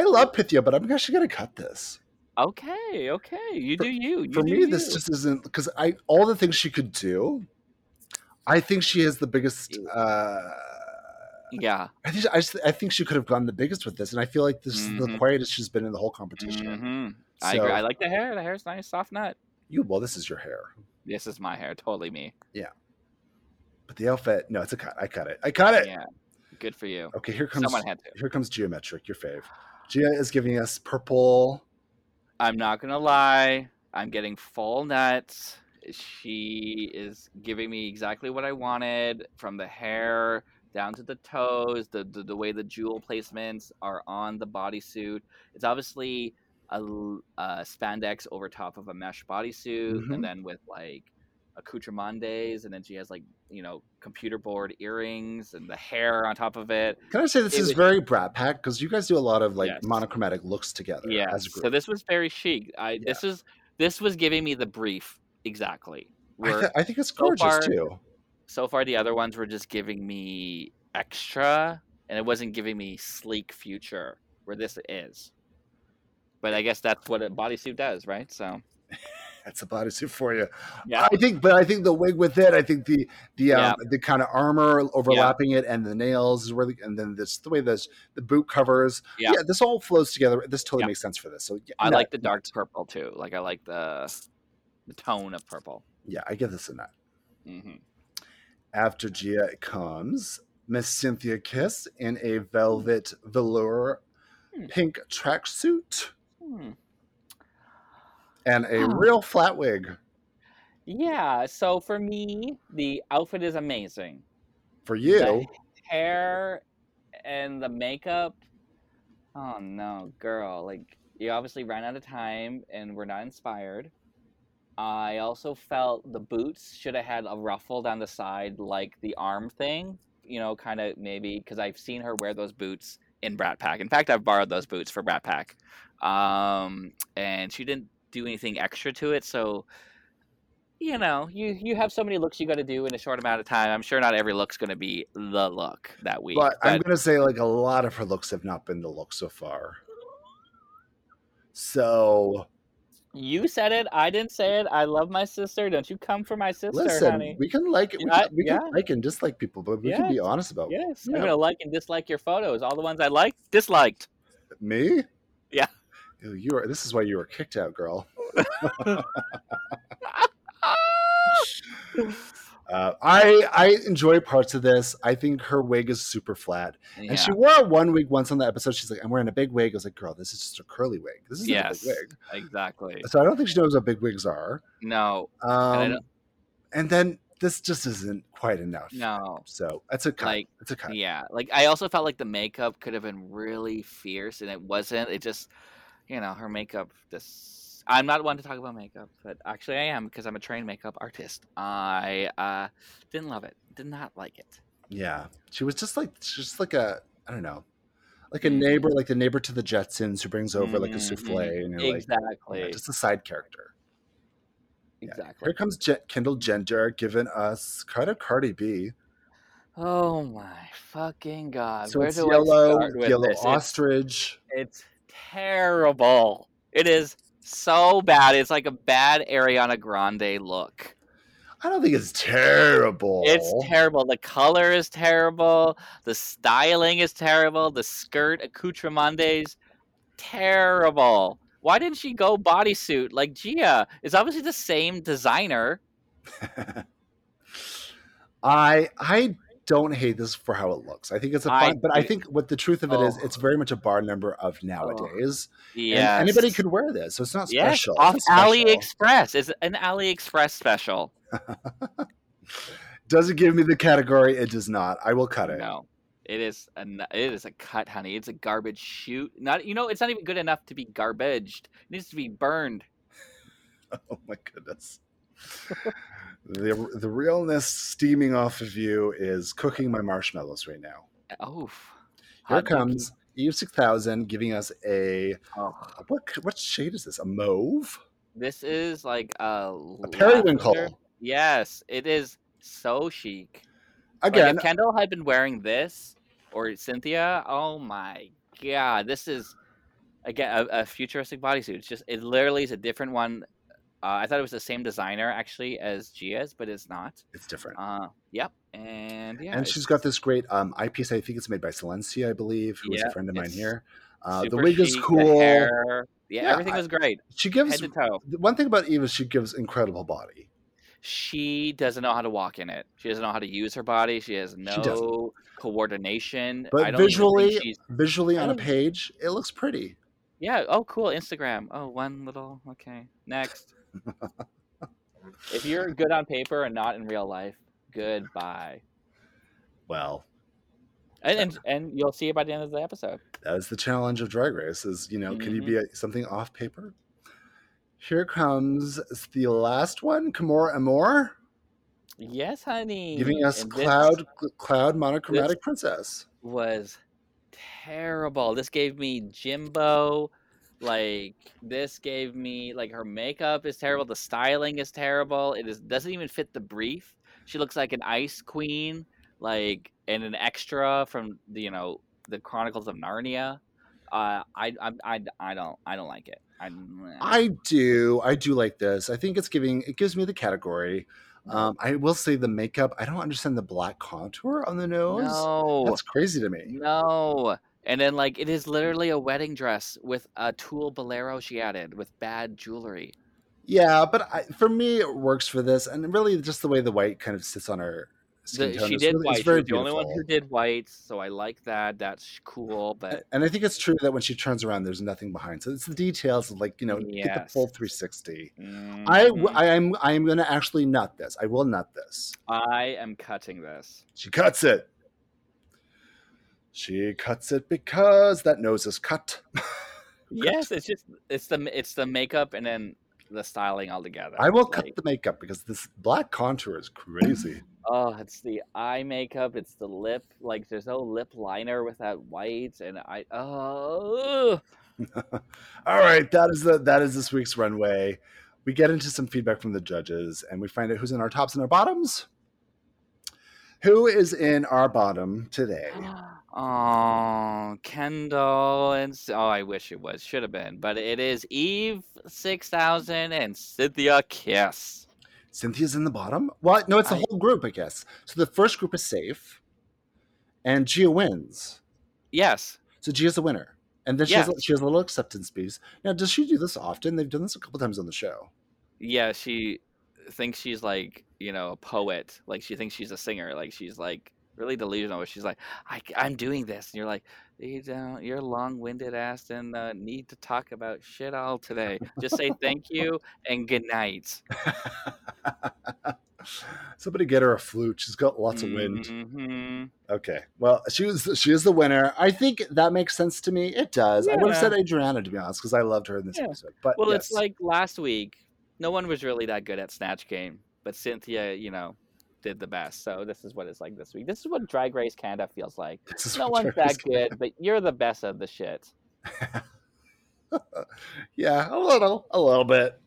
Speaker 1: I love,
Speaker 2: love.
Speaker 1: Pythia, but I'm actually gonna cut this.
Speaker 2: Okay, okay. You
Speaker 1: For-
Speaker 2: do you. you
Speaker 1: For
Speaker 2: do
Speaker 1: me, this
Speaker 2: you.
Speaker 1: just isn't because I all the things she could do. I think she has the biggest. Uh,
Speaker 2: yeah.
Speaker 1: I think I, just, I think she could have gone the biggest with this, and I feel like this is the
Speaker 2: Mhm.
Speaker 1: quietest she's been in the whole competition.
Speaker 2: Mhm. I agree.
Speaker 1: So-
Speaker 2: I like the hair. The hair's nice, soft nut.
Speaker 1: You well, this is your hair,
Speaker 2: This is my hair. Totally me.
Speaker 1: but the outfit. No, it's a cut. I cut it. I cut it.
Speaker 2: Yeah. Good for you.
Speaker 1: Okay, here comes
Speaker 2: Someone had to.
Speaker 1: here comes geometric. Your fave. Gia is giving us purple.
Speaker 2: I'm not gonna lie. I'm getting full nuts. She is giving me exactly what I wanted from the hair down to the toes, the the, the way the jewel placements are on the bodysuit. It's obviously a, l- a spandex over top of a mesh bodysuit,
Speaker 1: Mhm.
Speaker 2: and then with like accoutrements, and then she has like you know computer board earrings and the hair on top of it.
Speaker 1: Can I say this
Speaker 2: It
Speaker 1: is
Speaker 2: was-
Speaker 1: very brat pack because you guys do a lot of like
Speaker 2: Yes.
Speaker 1: monochromatic looks together
Speaker 2: Yeah.
Speaker 1: as a group.
Speaker 2: So this was very chic. I this is this was giving me the brief exactly.
Speaker 1: I,
Speaker 2: Where
Speaker 1: thi- I think it's gorgeous
Speaker 2: far-
Speaker 1: too.
Speaker 2: so far the other ones were just giving me extra and it wasn't giving me sleek future where this is. But I guess that's what a bodysuit does, right? So
Speaker 1: That's a bodysuit for you.
Speaker 2: yeah.
Speaker 1: I think, but I think the wig with it. I think the the um, the kind of armor overlapping it and the nails is really, and then this the way this the boot covers.
Speaker 2: Yeah.
Speaker 1: this all flows together. This totally
Speaker 2: Yeah.
Speaker 1: makes sense for this. So yeah,
Speaker 2: I
Speaker 1: no,
Speaker 2: like the dark purple too. Like I like the the tone of purple.
Speaker 1: Yeah, I give this a nut.
Speaker 2: Mhm.
Speaker 1: After Gia comes Miss Cynthia Kiss in a velvet velour
Speaker 2: Hmm.
Speaker 1: pink tracksuit
Speaker 2: hmm
Speaker 1: and a
Speaker 2: Ah.
Speaker 1: real flat wig.
Speaker 2: Yeah, so for me, the outfit is amazing.
Speaker 1: For you,
Speaker 2: The hair and the makeup. Oh no, girl! Like you obviously ran out of time, and were not inspired. I also felt the boots should have had a ruffle down the side, like the arm thing. You know, kind of maybe because I've seen her wear those boots in Brat Pack. In fact, I've borrowed those boots for Brat Pack, um, and she didn't do anything extra to it. So, you know, you you have so many looks you got to do in a short amount of time. I'm sure not every look's going to be the look that week.
Speaker 1: but I'm going to say like a lot of her looks have not been the look so far. So
Speaker 2: You said it. I didn't say it. I love my sister. Don't you come for my sister,
Speaker 1: Listen,
Speaker 2: honey.
Speaker 1: we can like we,
Speaker 2: Yeah,
Speaker 1: can, we
Speaker 2: yeah.
Speaker 1: can like and dislike people, but we
Speaker 2: Yeah.
Speaker 1: can be honest about
Speaker 2: Yes,
Speaker 1: Yeah.
Speaker 2: I'm gonna like and dislike your photos. All the ones I liked, disliked.
Speaker 1: me.
Speaker 2: Yeah.
Speaker 1: Ew, you are. This is why you were kicked out, girl. Uh, I I enjoy parts of this. I think her wig is super flat,
Speaker 2: Yeah.
Speaker 1: and she wore one wig once on the episode. She's like, "I'm wearing a big wig." I was like, "Girl, this is just a curly wig. This is not a
Speaker 2: yes,
Speaker 1: big wig."
Speaker 2: exactly.
Speaker 1: So I don't think she knows what big wigs are.
Speaker 2: No, I
Speaker 1: Um,
Speaker 2: don't-
Speaker 1: and then this just isn't quite enough.
Speaker 2: no.
Speaker 1: So that's a cut.
Speaker 2: Like,
Speaker 1: it's a cut.
Speaker 2: Yeah, like I also felt like the makeup could have been really fierce, and it wasn't. It just, you know, her makeup. This I'm not one to talk about makeup, but actually I am because I'm a trained makeup artist. I uh, didn't love it. Did not like it.
Speaker 1: Yeah. She was just like she's just like a I don't know. Like a
Speaker 2: Mm.
Speaker 1: neighbor, like the neighbor to the Jetsons who brings over like a
Speaker 2: Mm,
Speaker 1: souffle and you're like
Speaker 2: Exactly.
Speaker 1: yeah, just a side character. yeah. Here
Speaker 2: exactly.
Speaker 1: comes Je- Kendall Jenner giving us kind of Cardi B.
Speaker 2: Oh my fucking god!
Speaker 1: so
Speaker 2: Uh, Where
Speaker 1: it's
Speaker 2: do I
Speaker 1: yellow,
Speaker 2: start with
Speaker 1: yellow
Speaker 2: this? It's-
Speaker 1: ostrich.
Speaker 2: It's terrible. It is so bad. It's like a bad Ariana Grande look.
Speaker 1: I don't think it's terrible.
Speaker 2: It's terrible. The color is terrible. The styling is terrible. The skirt accoutrements terrible. Why didn't she go bodysuit like Gia? It's obviously the same designer.
Speaker 1: I I don't hate this for how it looks. I think it's a
Speaker 2: I
Speaker 1: fun, but I
Speaker 2: do-
Speaker 1: think what the truth of it is,
Speaker 2: Oh.
Speaker 1: it's very much a bar number of nowadays. And
Speaker 2: Yeah,
Speaker 1: anybody could wear this, so it's not
Speaker 2: Yes,
Speaker 1: special.
Speaker 2: off
Speaker 1: It's not special.
Speaker 2: AliExpress. It's an AliExpress special.
Speaker 1: Does it give me the category? It does not. I will cut it.
Speaker 2: No, it is a n- it is a cut, honey. It's a garbage shoot. Not you know, it's not even good enough to be garbaged. It needs to be burned.
Speaker 1: Oh my goodness. the the realness steaming off of you is cooking my marshmallows right now.
Speaker 2: Oh,
Speaker 1: Here
Speaker 2: hot
Speaker 1: comes Eve six thousand giving us a
Speaker 2: dookie. Oh,
Speaker 1: what what shade is this? A mauve?
Speaker 2: this is like a,
Speaker 1: A periwinkle.
Speaker 2: lavender- Yes, it is so chic. Like,
Speaker 1: Again,
Speaker 2: if Kendall had been wearing this or Cynthia, oh my god, this is again a, a futuristic bodysuit. It's just it literally is a different one. Uh, I thought it was the same designer actually as Gia's, but it's not.
Speaker 1: it's different.
Speaker 2: Uh, yep. And yeah,
Speaker 1: and
Speaker 2: it's
Speaker 1: she's got this great um, eyepiece. I think it's made by Silencia, I believe, who is
Speaker 2: Yeah,
Speaker 1: a friend of mine
Speaker 2: it's
Speaker 1: here. Uh, the
Speaker 2: super
Speaker 1: wig is
Speaker 2: chic, the
Speaker 1: cool.
Speaker 2: hair- Yeah,
Speaker 1: Yeah,
Speaker 2: everything
Speaker 1: I-
Speaker 2: was great.
Speaker 1: She gives
Speaker 2: Head to toe.
Speaker 1: the one thing about Eve is she gives incredible body.
Speaker 2: She doesn't know how to walk in it. She doesn't know how to use her body. She has
Speaker 1: doesn't.
Speaker 2: no coordination.
Speaker 1: But
Speaker 2: I don't even think
Speaker 1: visually-
Speaker 2: she's-
Speaker 1: Visually on a
Speaker 2: Oh.
Speaker 1: page, it looks pretty.
Speaker 2: yeah. Oh, cool. Instagram. Oh, one little. Okay, next. if you're good on paper and not in real life, goodbye.
Speaker 1: Well,
Speaker 2: And and, and you'll see it by the end of the episode.
Speaker 1: that is the challenge of Drag Race: is you know, can you be
Speaker 2: Mm-hmm.
Speaker 1: a, something off paper? Here comes the last one, Kimora Amor,
Speaker 2: Yes, honey.
Speaker 1: giving us
Speaker 2: Mm-hmm. And this-
Speaker 1: Cloud Cloud Monochromatic Princess.
Speaker 2: was terrible. This gave me Jimbo. Like this gave me like her makeup is terrible. The styling is terrible. It is doesn't even fit the brief. She looks like an ice queen, like and an extra from the, you know the Chronicles of Narnia. Uh, I, I I I don't I don't like it. I, mm,
Speaker 1: I do, I do like this. I think it's giving. It gives me the category.
Speaker 2: Mm-hmm.
Speaker 1: Um, I will say the makeup. I don't understand the black contour on the nose.
Speaker 2: no.
Speaker 1: That's crazy to me.
Speaker 2: No. And then like it is literally a wedding dress with a tulle bolero she added with bad jewelry.
Speaker 1: Yeah, but I, for me, it works for this, and really, just the way the white kind of sits on her skin
Speaker 2: The-
Speaker 1: tone
Speaker 2: she
Speaker 1: is
Speaker 2: did
Speaker 1: really,
Speaker 2: white.
Speaker 1: is
Speaker 2: She
Speaker 1: very
Speaker 2: was the only one who
Speaker 1: beautiful.
Speaker 2: did white, so I like that. That's cool, but
Speaker 1: And I think it's true that when she turns around, there's nothing behind. So it's the details, of, like you know, get the
Speaker 2: Yes.
Speaker 1: full 360. I w
Speaker 2: mm-hmm,
Speaker 1: I I, am, I am going to actually nut this. I will nut this.
Speaker 2: I am cutting this.
Speaker 1: She cuts it. She cuts it because that nose is cut.
Speaker 2: Yes, it's just it's the it's the makeup and then the styling altogether.
Speaker 1: I will cut
Speaker 2: Like,
Speaker 1: the makeup because this black contour is crazy.
Speaker 2: oh, it's the eye makeup, it's the lip. Like there's no lip liner with that white, and I oh
Speaker 1: All right, that is the that is this week's runway. We get into some feedback from the judges, and we find out who's in our tops and our bottoms. Who is in our bottom today?
Speaker 2: Oh, Kendall and S- oh, I wish it was should have been, but it is Eve six thousand and Cynthia Kiss.
Speaker 1: Cynthia's in the bottom. Well, no, it's the
Speaker 2: I-
Speaker 1: whole group, I guess. So the first group is safe, and Gia wins.
Speaker 2: Yes,
Speaker 1: So Gia's the winner, and then she has,
Speaker 2: Yes.
Speaker 1: she has a little acceptance piece. Now, does she do this often? They've done this a couple times on the show.
Speaker 2: yeah, she thinks she's like you know a poet, like she thinks she's a singer, like she's like really delusional. Where she's like, I, am doing this, and you're like, you don't, you're long-winded ass and uh, need to talk about shit all today. Just say thank you and good night.
Speaker 1: Somebody get her a flute. She's got lots of wind.
Speaker 2: Mhm.
Speaker 1: Okay. Well, she was she is the winner. I think that makes sense to me. It does. I would have
Speaker 2: Yeah.
Speaker 1: said Adriana to be honest because I loved her in this
Speaker 2: Yeah.
Speaker 1: episode. But
Speaker 2: Well, it's
Speaker 1: yes.
Speaker 2: like last week, no one was really that good at Snatch Game, but Cynthia, you know, did the best. So this is what it's like this week. This is what Drag Race Canada feels like.
Speaker 1: This is
Speaker 2: No
Speaker 1: what
Speaker 2: one's
Speaker 1: Jerry's
Speaker 2: that good, but you're the best of the shit.
Speaker 1: Yeah, a little, a little bit.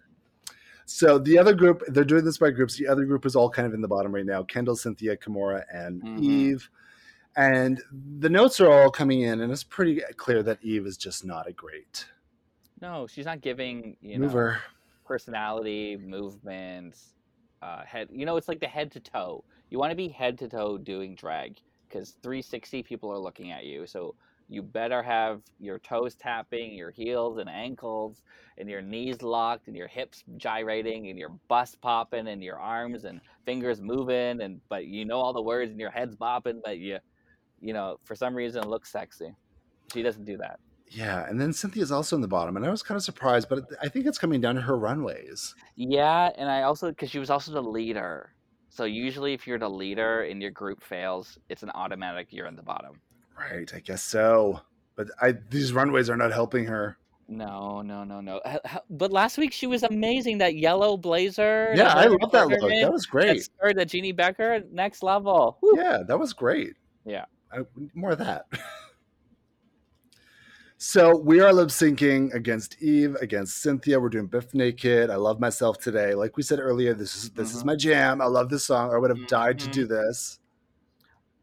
Speaker 1: So the other group, they're doing this by groups. The other group is all kind of in the bottom right now: Kendall, Cynthia, Kimora, and
Speaker 2: Mhm.
Speaker 1: Eve. And the notes are all coming in, and it's pretty clear that Eve is just not a great
Speaker 2: No, she's not giving you know
Speaker 1: mover.
Speaker 2: personality, movement, uh, head. You know, it's like the head to toe. You want to be head to toe doing drag because 360 people are looking at you. So you better have your toes tapping, your heels and ankles, and your knees locked, and your hips gyrating, and your bust popping, and your arms and fingers moving, and but you know all the words, and your head's bopping, but you, you know, for some reason it looks sexy. She doesn't do that.
Speaker 1: Yeah, and then Cynthia's also in the bottom, and I was kind of surprised, but I think it's coming down to her runways.
Speaker 2: Yeah, and I also because she was also the leader. So usually, if you're the leader and your group fails, it's an automatic you're in the bottom.
Speaker 1: Right, I guess so. But I these runways are not helping her.
Speaker 2: No, no, no, no. H- h- But last week she was amazing. That yellow blazer.
Speaker 1: Yeah, I
Speaker 2: leather
Speaker 1: love that look. That
Speaker 2: ornament,
Speaker 1: was
Speaker 2: That
Speaker 1: great.
Speaker 2: skirt, that Jeannie Becker, next level. Whew.
Speaker 1: Yeah, that was great.
Speaker 2: Yeah.
Speaker 1: I, more of that. so we are lip syncing against Eve, against Cynthia. We're doing Biff Naked. I love myself today. Like we said earlier, this is this is
Speaker 2: Mhm.
Speaker 1: my jam. I love this song. I would have died to
Speaker 2: Mhm.
Speaker 1: do this.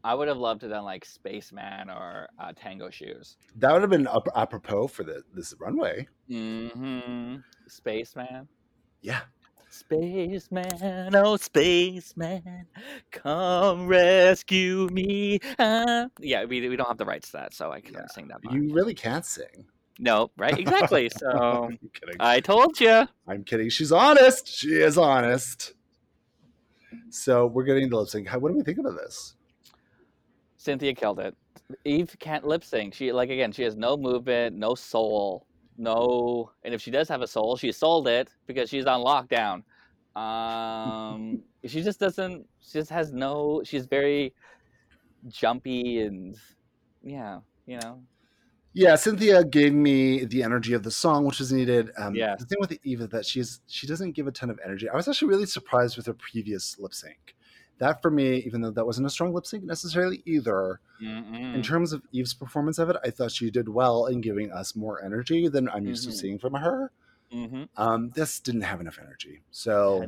Speaker 2: I would have loved to done like Spaceman or uh, Tango Shoes.
Speaker 1: That would have been ap- apropos for the, this runway.
Speaker 2: Mm-hmm. Spaceman.
Speaker 1: Yeah.
Speaker 2: Spaceman, oh spaceman, come rescue me. Ah. Yeah, we, we don't have the rights to that, so I can't
Speaker 1: Yeah,
Speaker 2: sing that part.
Speaker 1: You really can't sing.
Speaker 2: No, right? Exactly. So
Speaker 1: I'm kidding.
Speaker 2: I told you.
Speaker 1: I'm kidding. She's honest. She is honest. So we're getting the lip sync. How, what do we think about this?
Speaker 2: Cynthia killed it. Eve can't lip sync. She like again, she has no movement, no soul, no. And if she does have a soul, she sold it because she's on lockdown. Um, she just doesn't. She just has no. She's very jumpy and yeah, you know.
Speaker 1: Yeah, Cynthia gave me the energy of the song, which was needed. Um,
Speaker 2: Yes.
Speaker 1: The thing with Eva that she's she doesn't give a ton of energy. I was actually really surprised with her previous lip sync. That for me, even though that wasn't a strong lip sync necessarily either, in
Speaker 2: Mm-mm.
Speaker 1: terms of Eve's performance of it, I thought she did well in giving us more energy than I'm used
Speaker 2: Mhm.
Speaker 1: to seeing from her.
Speaker 2: Mm-hmm.
Speaker 1: Um, this didn't have enough energy, so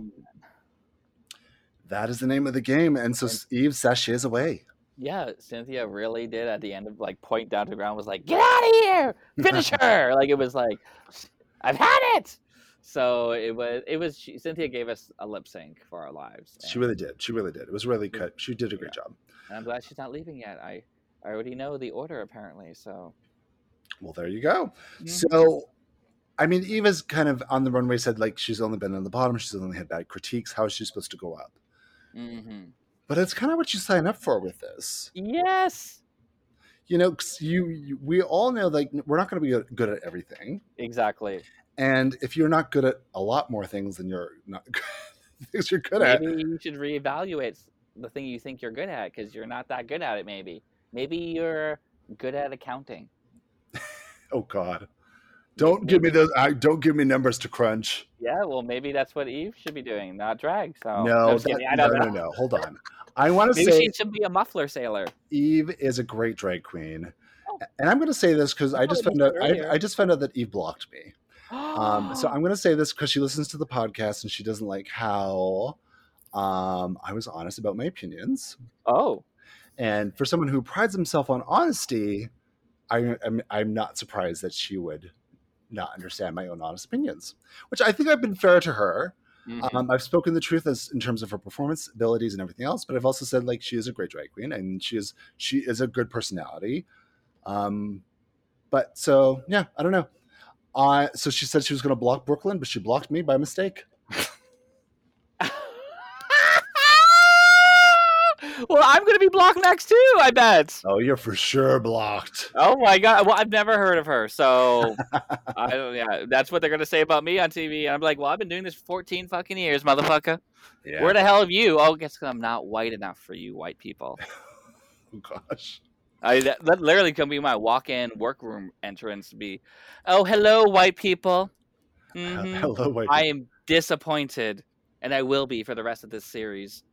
Speaker 1: that is the name of the game. And so
Speaker 2: And-
Speaker 1: Eve sashays away.
Speaker 2: Yeah, Cynthia really did at the end of like point down to the ground was like, "Get out of here, finish her!" like it was like, "S- "I've had it." So it was. It was. She, Cynthia gave us a lip sync for our lives.
Speaker 1: She
Speaker 2: and-
Speaker 1: really did. She really did. It was really
Speaker 2: Yeah.
Speaker 1: good. She did a great job.
Speaker 2: And I'm glad she's not leaving yet. I, I already know the order apparently. So
Speaker 1: Well, there you go.
Speaker 2: Mhm.
Speaker 1: So, I mean, Eva's kind of on the runway said like she's only been on the bottom. She's only had bad critiques. How is she supposed to go up?
Speaker 2: Mhm.
Speaker 1: But it's kind of what you sign up for with this.
Speaker 2: yes,
Speaker 1: You know, 'cause you, you we all know like we're not going to be uh, good- good at everything.
Speaker 2: exactly.
Speaker 1: And if you're not good at a lot more things than you're not things you're good at,
Speaker 2: maybe you should reevaluate s- the thing you think you're good at because you're not that good at it. Maybe. Maybe you're good at accounting.
Speaker 1: oh god, don't give me those. I, don't give me numbers to crunch.
Speaker 2: Yeah, well, maybe that's what Eve should be doing, not drag. So I'm
Speaker 1: no,
Speaker 2: just kidding,
Speaker 1: that-
Speaker 2: I Oh, don't
Speaker 1: no,
Speaker 2: know.
Speaker 1: no, no. Hold on. I want to
Speaker 2: Maybe
Speaker 1: say
Speaker 2: she should be a muffler sailor.
Speaker 1: Eve is a great drag queen.
Speaker 2: Oh.
Speaker 1: And I'm going to say this because I
Speaker 2: Oh,
Speaker 1: just
Speaker 2: you
Speaker 1: found
Speaker 2: said
Speaker 1: out
Speaker 2: earlier. Oh.
Speaker 1: I, I just found out that Eve blocked me. Um, so I'm going to say this because she listens to the podcast and she doesn't like how um, I was honest about my opinions.
Speaker 2: oh,
Speaker 1: And for someone who prides himself on honesty, I, I'm, I'm not surprised that she would not understand my own honest opinions, which I think I've been fair to her.
Speaker 2: Mhm.
Speaker 1: Um, I've spoken the truth as in terms of her performance abilities and everything else, but I've also said like she is a great drag queen and she is she is a good personality. Um, but so yeah, I don't know. Uh, so she said she was going to block Brooklyn, but she blocked me by mistake.
Speaker 2: well, I'm going to be blocked next too, I bet.
Speaker 1: Oh, you're for sure blocked.
Speaker 2: Oh my god! Well, I've never heard of her, so I don't. Yeah, that's what they're gonna say about me on TV. I'm like, well, I've been doing this for 14 fucking years, motherfucker.
Speaker 1: Yeah.
Speaker 2: Where the hell have you? Oh, guess 'cause I'm not white enough for you, white people.
Speaker 1: oh gosh.
Speaker 2: I that, that literally can be my walk-in workroom entrance. Be, oh hello, white people. Mhm.
Speaker 1: Hello, white.
Speaker 2: I am disappointed, and I will be for the rest of this series.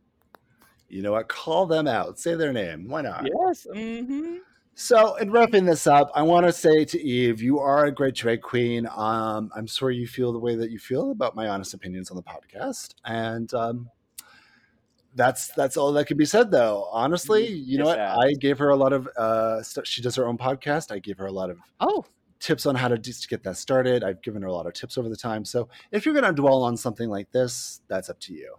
Speaker 1: you know what? Call them out. Say their name. Why not?
Speaker 2: Yes. Mm-hmm.
Speaker 1: So, in wrapping this up, I want to say to Eve, you are a great drag queen. Um, I'm sorry you feel the way that you feel about my honest opinions on the podcast, and um, that's that's all that can be said. Though, honestly, you know what?
Speaker 2: Yes, that.
Speaker 1: I gave her a lot of uh, stuff. She does her own podcast. I gave her a lot of
Speaker 2: Oh,
Speaker 1: tips on how to just get that started. I've given her a lot of tips over the time. So, if you're going to dwell on something like this, that's up to you.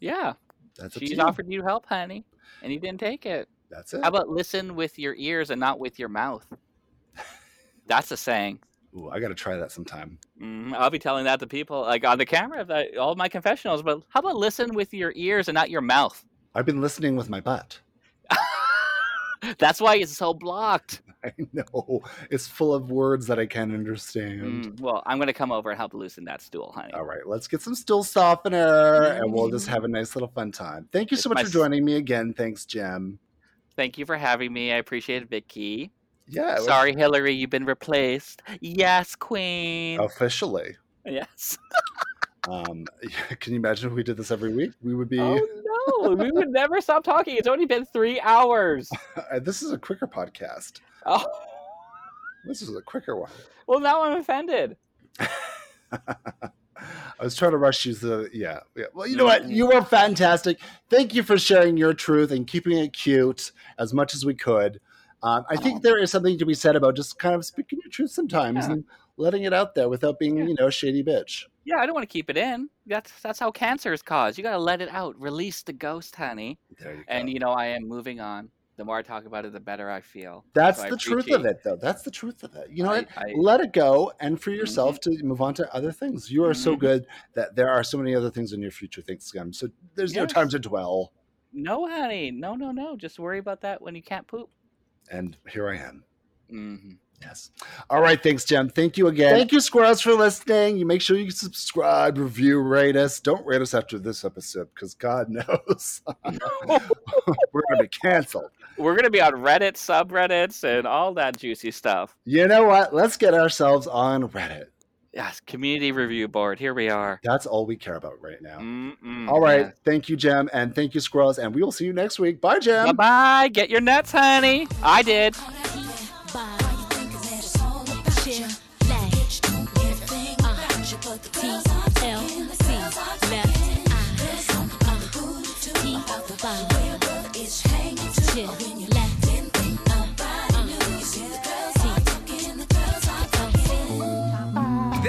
Speaker 2: yeah.
Speaker 1: That's up to
Speaker 2: She's
Speaker 1: you.
Speaker 2: offered you help, honey, and you didn't take it.
Speaker 1: that's it.
Speaker 2: How about listen with your ears and not with your mouth? That's a saying.
Speaker 1: Ooh, I got to try that sometime.
Speaker 2: Mhm, I'll be telling that to people, like on the camera, that, all my confessionals. But how about listen with your ears and not your mouth?
Speaker 1: I've been listening with my butt.
Speaker 2: That's why it's so blocked.
Speaker 1: I know it's full of words that I can't understand.
Speaker 2: Mm, well, I'm gonna come over and help loosen that stool, honey.
Speaker 1: All right, let's get some still softener and we'll just have a nice little fun time. Thank you
Speaker 2: Mm. It's
Speaker 1: so much
Speaker 2: my
Speaker 1: for
Speaker 2: s-
Speaker 1: joining me again. Thanks, Jim.
Speaker 2: Thank you for having me. I appreciate it, Vicky.
Speaker 1: Yeah, it was-
Speaker 2: Sorry, Hillary, you've been replaced. Yes, Queen.
Speaker 1: Oh. officially.
Speaker 2: Yes.
Speaker 1: Um, can you imagine if we did this every week? We would be.
Speaker 2: Oh no, we would never stop talking. It's only been three hours.
Speaker 1: this is a quicker podcast.
Speaker 2: Oh.
Speaker 1: This is a quicker one.
Speaker 2: Well, now I'm offended.
Speaker 1: I was trying to rush you. So yeah, yeah. Well, you know what? You were fantastic. Thank you for sharing your truth and keeping it cute as much as we could. Um, I think there is something to be said about just kind of speaking your truth sometimes
Speaker 2: Yeah.
Speaker 1: and letting it out there without being,
Speaker 2: Yeah.
Speaker 1: you know, a shady bitch.
Speaker 2: Yeah, I don't want to keep it in. That's that's how cancer is caused. You gotta let it out. Release the ghost, honey.
Speaker 1: There you
Speaker 2: And you know, I am moving on. The more I talk about it, the better I feel.
Speaker 1: That's
Speaker 2: So I
Speaker 1: the truth of
Speaker 2: appreciate-
Speaker 1: it, though. That's the truth of it. You know
Speaker 2: I-
Speaker 1: what?
Speaker 2: I- Mm-hmm.
Speaker 1: Let it go and for yourself to move on to other things. You are so
Speaker 2: Mhm.
Speaker 1: good that there are so many other things in your future things to come. So there's no
Speaker 2: Yes.
Speaker 1: time to dwell.
Speaker 2: No, honey. No, no, no. Just worry about that when you can't poop.
Speaker 1: And here I am. Mm-hmm.
Speaker 2: hmm
Speaker 1: Yes. All right. Thanks, Jem. Thank you again. Thank you, squirrels, for listening. You make sure you subscribe, review, rate us. Don't rate us after this episode because God knows we're going to be canceled.
Speaker 2: We're gonna be on Reddit, subreddits, and all that juicy stuff.
Speaker 1: You know what? Let's get ourselves on Reddit.
Speaker 2: Yes, community review board. Here we are.
Speaker 1: That's all we care about right now.
Speaker 2: Mm-mm.
Speaker 1: All right. Thank you, Jem. And thank you, squirrels. And we will see you next week. Bye, Jem.
Speaker 2: Bye bye. Get your nuts, honey. I did.